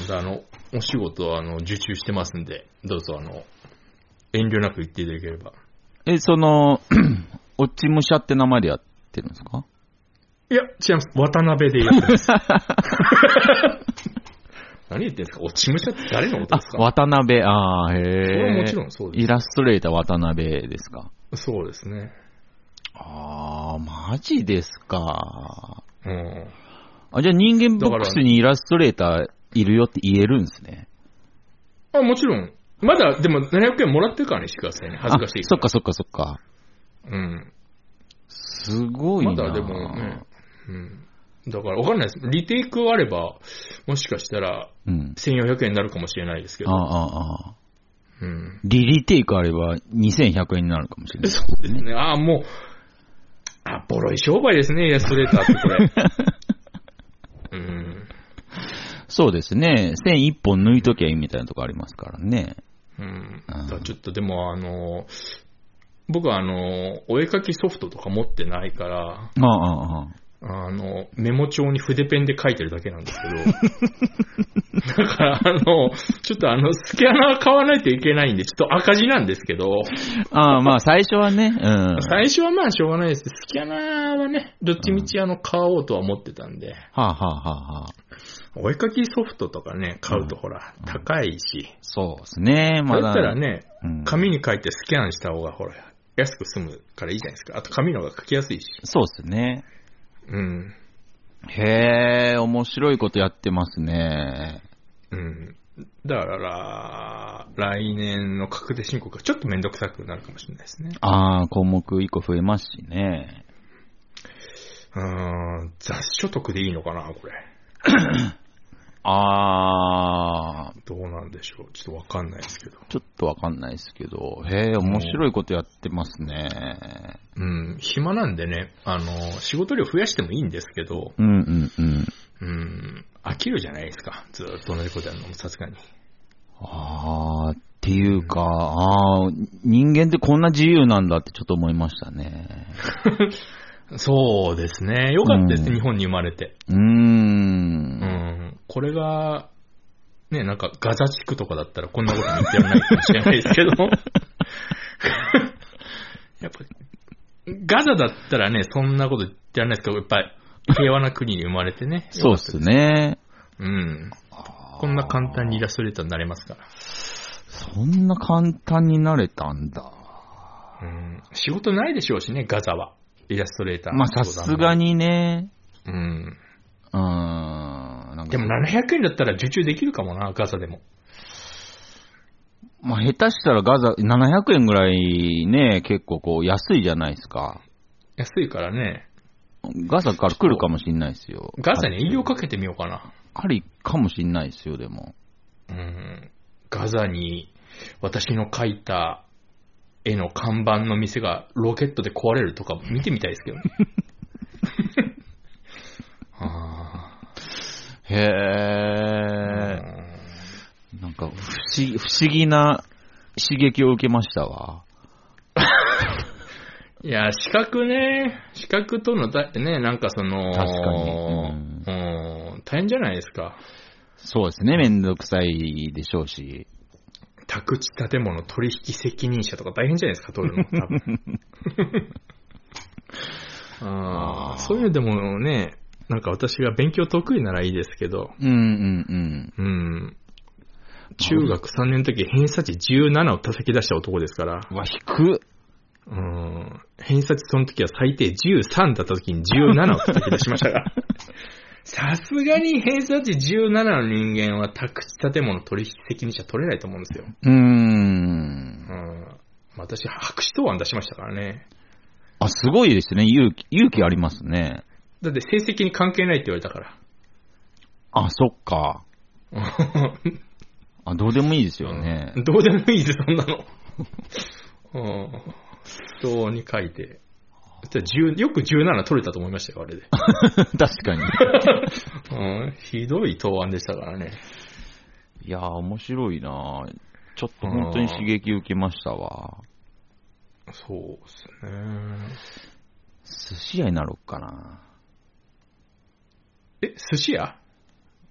あであの、お仕事はあの受注してますんで、どうぞあの、遠慮なく言っていただければ。え、その、 落ち武者って名前でやってるんですかいや、違います。渡辺で言ってます。 何言ってんですか落ち武者って誰のことあです、か渡辺、ああ、へそれはえ。もちろんそうでイラストレーター渡辺ですか。す。そうですね。ああ、マジですか。うん。あ、じゃあ人間ボックスにイラストレーターいるよって言えるんですね。あ、もちろん。まだ、でも700円もらってるからにしてくださいね。恥ずかしいあそっかそっかそっか。ら。うん。すごいな。まだでもね、うん。だから分かんないです。リテイクあれば、もしかしたらうん。 1400円になるかもしれないですけああ、ど。ああ、ああ。うん。リリテイクあれば2100円になるかもしれない。そうですね。ああ、もう、あ、ボロい商売ですね、イラストレーターって これ。うん。そうですね。線一本抜いときゃいいみたいなとこありますからね。うん。あだあからちょっとでも、あの、僕はあの、お絵描きソフトとか持ってないから、ああ、ああ、ああの、メモ帳に筆ペンで書いてるだけなんですけ ど。だから、あの、ちょっとあの、スキャナー買わないといけないんで、ちょっと赤字なんですけど、あ。ああ、まあ最初はね。うん。最初はまあしょうがないです。スキャナーはね、どっちみちあの、買おうとは思ってたんで、はあ、はあはあはあ、お絵かきソフトとかね、買うとほら、高いし、そうですね。まだだ。ったらね、うん紙に書いてスキャンした方がほら、安く済むからいいじゃないですか。あと紙の方が書きやすいし。そうですね。うん。へえ、面白いことやってますね。うん。だから、来年の確定申告がちょっとめんどくさくなるかもしれないですね。ああ、項目一個増えますしね。うーん、雑所得でいいのかな、これ。ああ、どうなんでしょう。ちょっとわかんないですけど。ちょっとわかんないですけど。へえ、面白いことやってますね。うん、暇なんでね、あの、仕事量増やしてもいいんですけど、うんうんうん。うん、飽きるじゃないですか。ずっと同じことやるのもさすがに。ああ、っていうか、ああ、人間ってこんな自由なんだってちょっと思いましたね。そうですね。よかったですね、うん日本に生まれて。うーん。。うん、これが、ね、なんかガザ地区とかだったらこんなこと言ってられないかもしれないですけど。 やっぱ、ガザだったらね、そんなこと言ってられないですけど、やっぱり平和な国に生まれてねそうっすね。うん。こんな簡単にイラストレーターになれますから。そんな簡単になれたんだ。うん。仕事ないでしょうしね、ガザは。イラストレーターまあ、さすがに。にね。うん。うーん。なんかでも700円だったら受注できるかもな、ガザでも。まあ、下手したらガザ、700円ぐらいね、結構こう、安いじゃないですか。安いからね。ガザから来るかもしんないですよ。ガザに医療か。かけてみようかな。ありかもしんないですよ、でも。うん。ガザに、私の描いた絵の看板の店がロケットで壊れるとか見てみたいですけどね。あへーえ、なんか不思議、不思議な刺激を受けましたわ。いや、資格ね、資格とのだ、ね、なんかその、確かにうん、大変じゃないですか。そうですね、めんどくさいでしょうし。宅地建物取引責任者とか大変じゃないですか、取るの。多分あーそういうのでもね、なんか私が勉強得意ならいいですけど、うんうんうん。うん。中学3年の時、偏差値17を叩き出した男ですから、うわ、低っ。うん。偏差値その時は最低13だった時に17を叩き出しましたから。 さすがに偏差値17の人間は宅地建物取引責任者取れないと思うんですよ。うーんう。ん。私、白紙答案出しましたからね。あ、すごいですね。勇気、勇気ありますね。だって成績に関係ないって言われたから。あ、そっか。あ、どうでもいいですよね。 どうでもいいぜ、そんなの。うん。そうに書いて。じゃあ10よく17取れたと思いましたよ、あれで。確かに。うん、ひどい答案でしたからね。いやー、面白いなーちょっと本当に刺激受けましたわ。そうですね。寿司屋になろうかな。え、寿司屋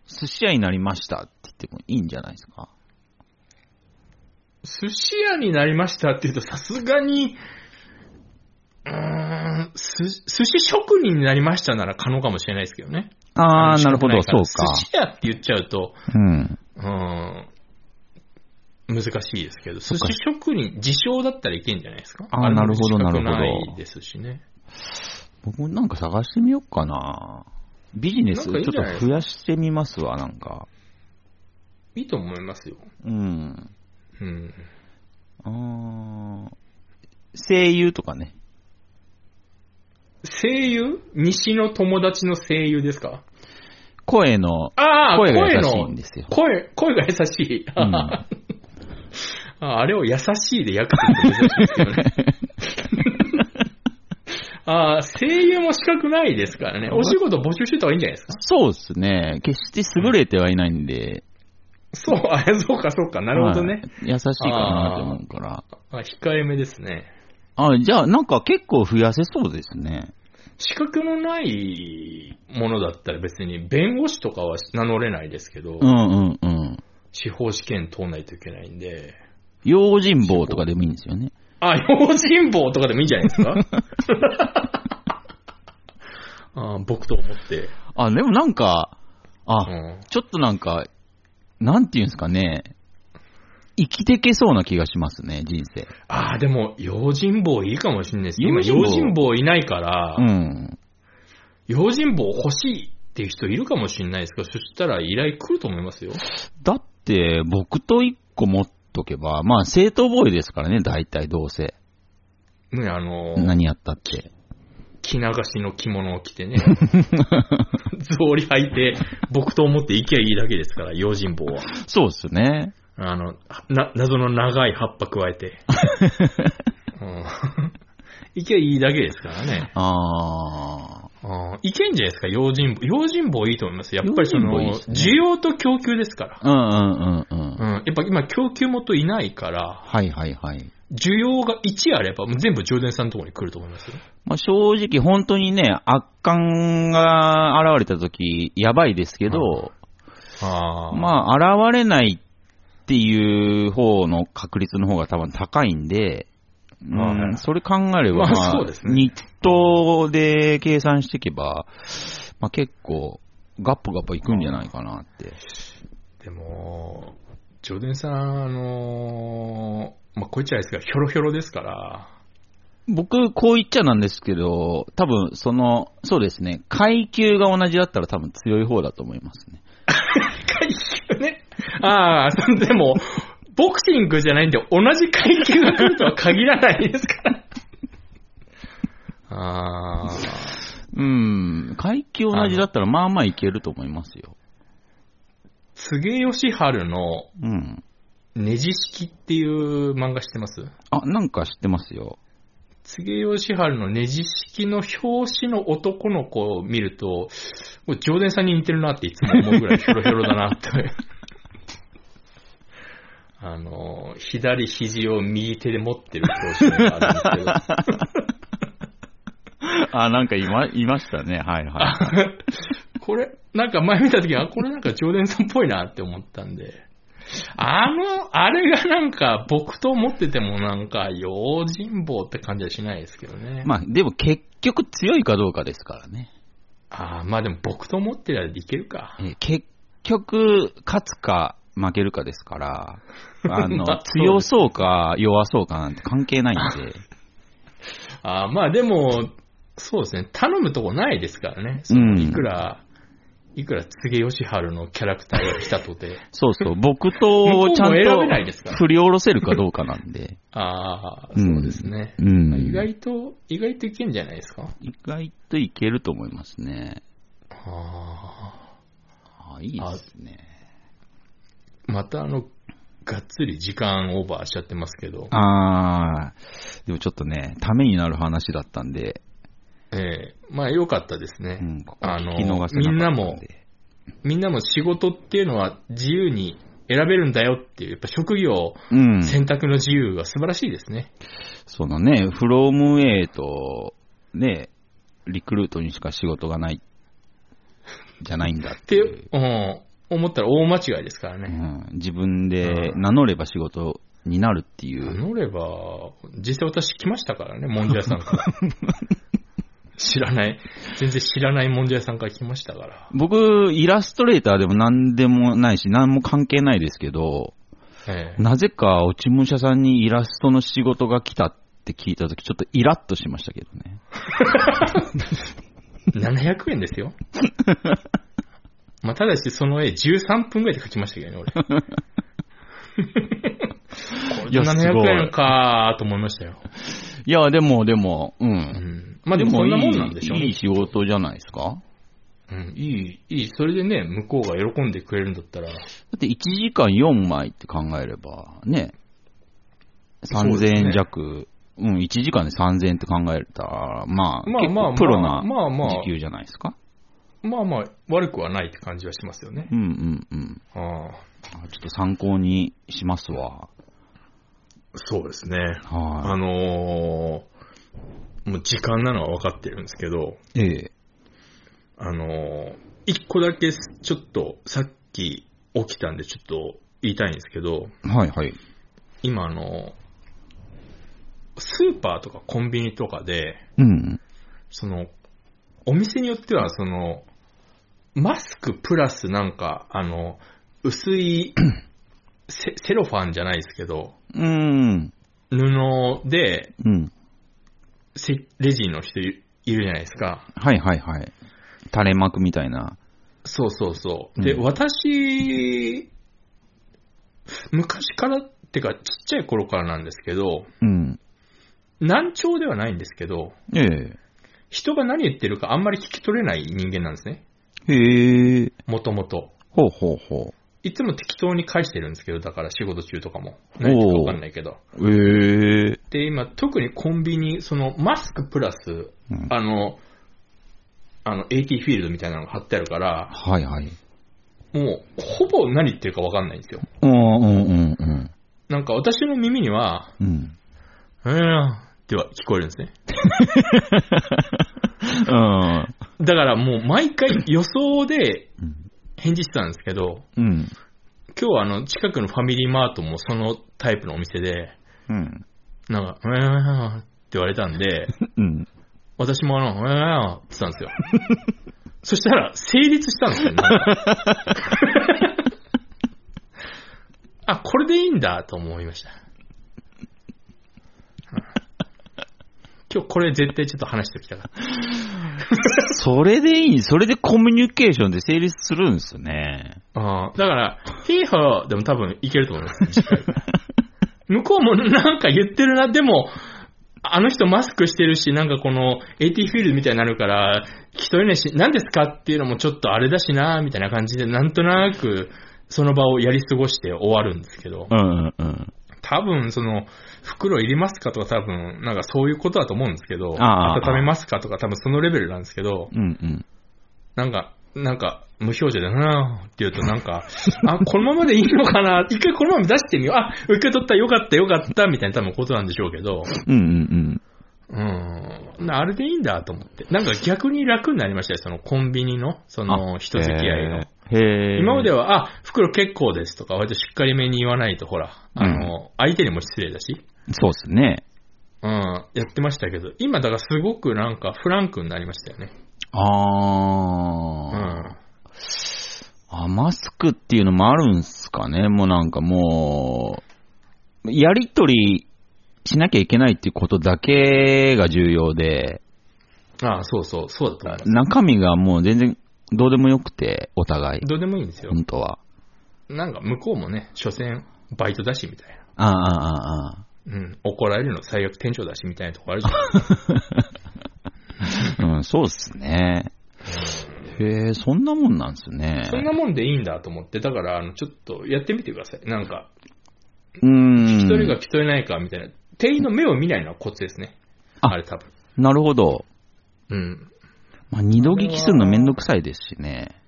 寿司屋になりましたって言ってもいいんじゃないですか。寿司屋になりましたって言うと、さすがに、うーん、す寿司職人になりましたなら可能かもしれないですけどね。あー、なるほど、仕事そういらか。寿司屋って言っちゃうと、うん。うーん、難しいですけど、寿司職人、自称だったらいけんじゃないですか。あーれもなるほど資格なるほどないですしね。僕もなんか探してみようかな。ビジネスちなょんかいいっんじゃないと増やしてみますわ、なんか。いいと思いますよ。うん。うん。あー声優とかね。声優西の友達の声優ですか声の、ああ、声が優のしいんですよ。声、声が優しい。うん ああれを優しいで訳すって珍しいですけどね。 ああ、声優も資格ないですからね。お仕事募集してた方がいいんじゃないですか。そうですね。決して優れてはいないんで。そう、あそうか、そうか、なるほどね。はい。優しいかなと思うから。あ控えめですね。あ、じゃあなんか結構増やせそうですね。資格のないものだったら別に弁護士とかは名乗れないですけど、うんうんうん。司法試験通んないといけないんで、用心棒とかでもいいんですよね。あ、用心棒とかでもいいんじゃないですか あ僕と思って。あ、でもなんか、あ、うんちょっとなんか、なんていうんですかね、生きてけそうな気がしますね、人生。ああ、でも、用心棒いいかもしれないです。今、用心棒用心棒いないから、うん。用心棒欲しいっていう人いるかもしれないですけど、そしたら依頼来ると思いますよ。だって、僕と一個持っとけば、まあ、正当防衛ですからね、大体どうせ。ね、あの、何やったって。着流しの着物を 着てね、草履履いて、僕と思って行きゃいいだけですから、用心棒は。そうですね。あの、な、謎の長い葉っぱ加えて。うん、行きゃいいだけですからね。 あうんいけんじゃないですか、用心棒。用心棒いいと思います。やっぱりそ用心棒の、いいですね需要と供給ですから。ー。うんうんうんうん。うん、やっぱ今供給元いないから、はいはいはい。需要が1あれば、もう全部上田さんのところに来ると思いますよ。まあ、正直、本当にね、悪感が現れた時やばいですけど、ああ。あ。まあ、現れないっていう方の確率の方が多分高いんで、はいはいうんそれ考えれば、まあまあそうですね日当で計算していけば、まあ、結構、ガッポガッポいくんじゃないかなって。でも、ジョーデンさん、あのーまあ、こいつはですが、ひょろひょろですから、僕、こう言っちゃなんですけど、多分、その、そうですね、階級が同じだったら多分強い方だと思いますね。階級ね。ああ、でも、ボクシングじゃないんで、同じ階級が来るとは限らないですから。ああ、うん、階級同じだったら、まあまあいけると思いますよ。柘植義春のうん。ネジ式っていう漫画知ってますあ、なんか知ってますよ。柘植義春のネジ式の表紙の男の子を見ると、もう常連さんに似てるなっていつも思うぐらいヒョロヒョロだなって。 あの、左肘を右手で持ってる表紙があるんですけど、 あ、なんかいま、いましたね。はいはこれ、なんか前見たとき、あ、これなんか常連さんっぽいなって思ったんで、あの、あれがなんか僕と思っててもなんか用心棒って感じはしないですけどね。まあ、でも結局強いかどうかですからね。ああ、まあでも僕と思ってたらいけるか。えー結局、勝つか負けるかです から、あのまあ、強そうか弱そうかなんて関係ないん で、ああ、まあでも、そうですね、頼むとこないですからね。そのうんいくら、いくら柘植義春のキャラクターが来た とて。そうそう、僕とちゃん向こうも選べないですかとら振り下ろせるかどうかなんで、ああ、 そうですね。うん。意外と、意外といけんじゃないですか。意外といけると思いますね。ああいいですね。あ、またあの、がっつり時間オーバーしちゃってますけど、あー、でもちょっとね、ためになる話だったんで、ええまあ良かったですね。うん、ここあの聞き逃せなかったんで。みんなも仕事っていうのは自由に選べるんだよっていう、やっぱ職業、うん。選択の自由が素晴らしいですね。そのね、フロームウェイと、ね、リクルートにしか仕事がない、じゃないんだっってて、いう。うん、思ったら大間違いですからうね。ん、自分で名乗れば仕事になるっていう。乗れば、実際私来ましたからね、もんじゃ屋さ んから。知らない、全然知らないもんじゃ屋さんから来ましたから。僕、イラストレーターでも何でもないし、何も関係ないですけど、ええなぜか落ち武者さんにイラストの仕事が来たって聞いたとき、ちょっとイラッとしましたけどね。 700円ですよ。まあ、ただし、その絵13分ぐらいで描きましたけどね、俺。 いやすごい700円かーと思いましたよ。いや、でも、でも、う。うんん、まあでもそんなもんなんでしょうね。いいいい仕事じゃないですかうん、いい、いい、それでね、向こうが喜んでくれるんだったら、だって1時間4枚って考えれば、ね、そうで3000すね円弱、うん、1時間で3000円って考えたら、まあ、まあ結まあ構プロなまあまあ時給じゃないですか。まあまあ、悪くはないって感じはしますよね。うんうんうん。あああちょっと参考にしますわ。そうですね。あはのーもう時間なのは分かってるんですけど、い。ええ。あのー一個だけすちょっとさっき起きたんでちょっと言いたいんですけど、はいはい。今あのースーパーとかコンビニとかで、うん。その、お店によってはその、マスクプラスなんか、あの、薄いセセロファンじゃないですけど、うん。布でうん。せレジの人いいるじゃないですか。はいはいはい。垂れ幕みたいな。そうそうそう。で、うん私、昔からってか、ちっちゃい頃からなんですけど、うん。難聴ではないんですけど、ええ。人が何言ってるかあんまり聞き取れない人間なんですね。へえ。もともと。ほうほうほいつも適当に返してるんですけど、だから仕事中とかも。何言ってるかわかんないけど。う。ええ。で、今、特にコンビニ、その、マスクプラス、うんあの、あの、AT フィールドみたいなのが貼ってあるから、はいはい。もう、ほぼ何言ってるかわかんないんですよ。うんうんうんうん。なんか私の耳には、うん。うーん、っては聞こえるんですね。うん。だからもう毎回予想で返事してたんですけど、うん。今日はあの近くのファミリーマートもそのタイプのお店で、うん。なんか、うーんって言われたん で、うん。私もあの、うーんって言ったんですよ。そしたら、成立したんですよね。あ、これでいいんだと思い ました。うん今日これ絶対ちょっと話しておきたかった。それでいい、それでコミュニケーションで成立するんですね。あーだから、ヒーハーでも多分いけると思います、次回は向こうもなんか言ってるな、でも、あの人マスクしてるし、なんかこの AT フィールドみたいになるから、聞き取れないし、何ですかっていうのもちょっとあれだしな、みたいな感じで、なんとなく、その場をやり過ごして終わるんですけどう、んうんうん。多分その、袋いりますかとか多分、なんかそういうことだと思うんですけど、あー温めますかとか多分そのレベルなんですけど、うんうん。なんか、なんか、無表情だなぁって言うとなんか、 あ、このままでいいのかな一回このまま出してみよう。あ、受け取った、よかった、よかった、みたいな多分ことなんでしょうけど、うんうんうん、なあれでいいんだと思って。なんか逆に楽になりましたよ、そのコンビニの、そうん。の人付き合いの。。へえ。今までは。は、あ、袋結構ですとか、割としっかりめに言わないと、ほら、あの、相手にも失礼だし、そうですね。うん、やってましたけど、今だからすごくなんかフランクになりましたよね。うああ。ん。あ、マスクっていうのもあるんすかね。もうなんかもう、やりとりしなきゃいけないっていうことだけが重要で、ああ、そうそう、そうだと思います。中身がもう全然どうでもよくて、お互い。どうでもいいんですよ。本当は。なんか向こうもね、所詮バイトだしみたいああ、ああ、あな。うん。怒られるの最悪店長だしみたいなとこあるじ あ。うん、そうっすね。へえ、そんなもんなんすねゃん。。そんなもんでいいんだと思って、だから、あの、ちょっとやってみてください。なんか、うん。一人が聞き取れないかみたいな。店員の目を見ないのはコツですね。ああれ多分。なるほど。うん。まあ、二度聞きするのめんどくさいですしね。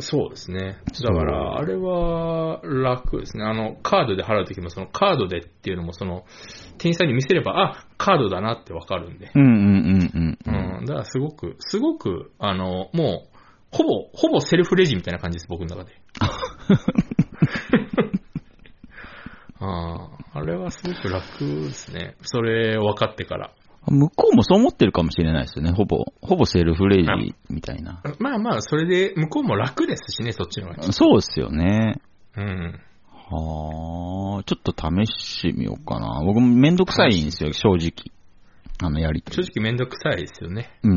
そうですね。そだうから、あれは楽ですね。あの、カードで払うときも、そのカードでっていうのも、その、店員さんに見せれば、あ、カードだなってわかるんで。うんうんうんう。うんん。だから、すごく、すごく、あの、もう、ほぼ、ほぼセルフレジみたいな感じです、僕の 中で。ああ、あれはすごく楽ですね。それ分かってから。向こうもそう思ってるかもしれないですよね。ほぼ、ほぼセルフレジみたいな。まあまあ、それで、向こうも楽ですしね、そっちの方が。そうですよね。うん。はあ、ちょっと試してみようかな。僕もめんどくさいんですよ、正直。あのやりと正り。直めんどくさいですよね。うん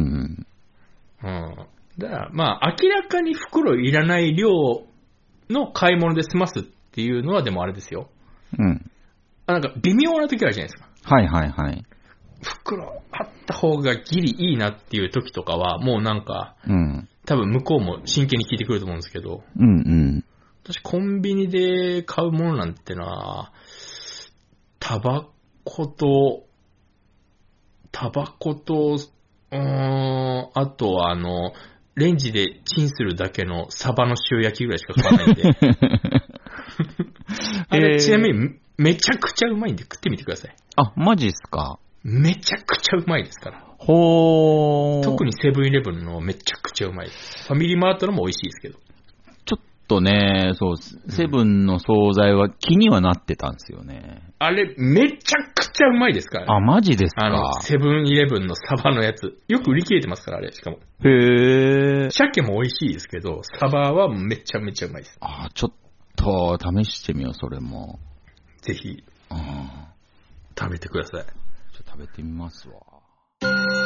うん。うん。だから、まあ、明らかに袋いらない量の買い物で済ますっていうのは、でもあれですよ。うん。あなんか、微妙な時あるじゃないですか。はいはいはい。袋あった方がギリいいなっていう時とかは、もうなんか、うん。多分向こうも真剣に聞いてくると思うんですけど、うんうん。私コンビニで買うものなんてのは、タバコと、タバコと、うーん、あとはあの、レンジでチンするだけのサバの塩焼きぐらいしか買わ ないんで。あえーれ、ちなみに、めちゃくちゃうまいんで食ってみてください。あ、マジっすか。めちゃくちゃうまいですから。ほー。特にセブンイレブンのめちゃくちゃうまいです。ファミリーマートのも美味しいですけど。ちょっとね、そう、セブンの惣菜は気にはなってたんですよね。あれ、めちゃくちゃうまいですからね。あ、マジですあかの、。セブンイレブンのサバのやつ。よく売り切れてますから、あれ。しかも。へえ。鮭も美味しいですけど、サバはめちゃめちゃうまいです。あ、ちょっと試してみよう、それも。ぜひ、うん。食べてください。ちょっと食べてみますわ。 「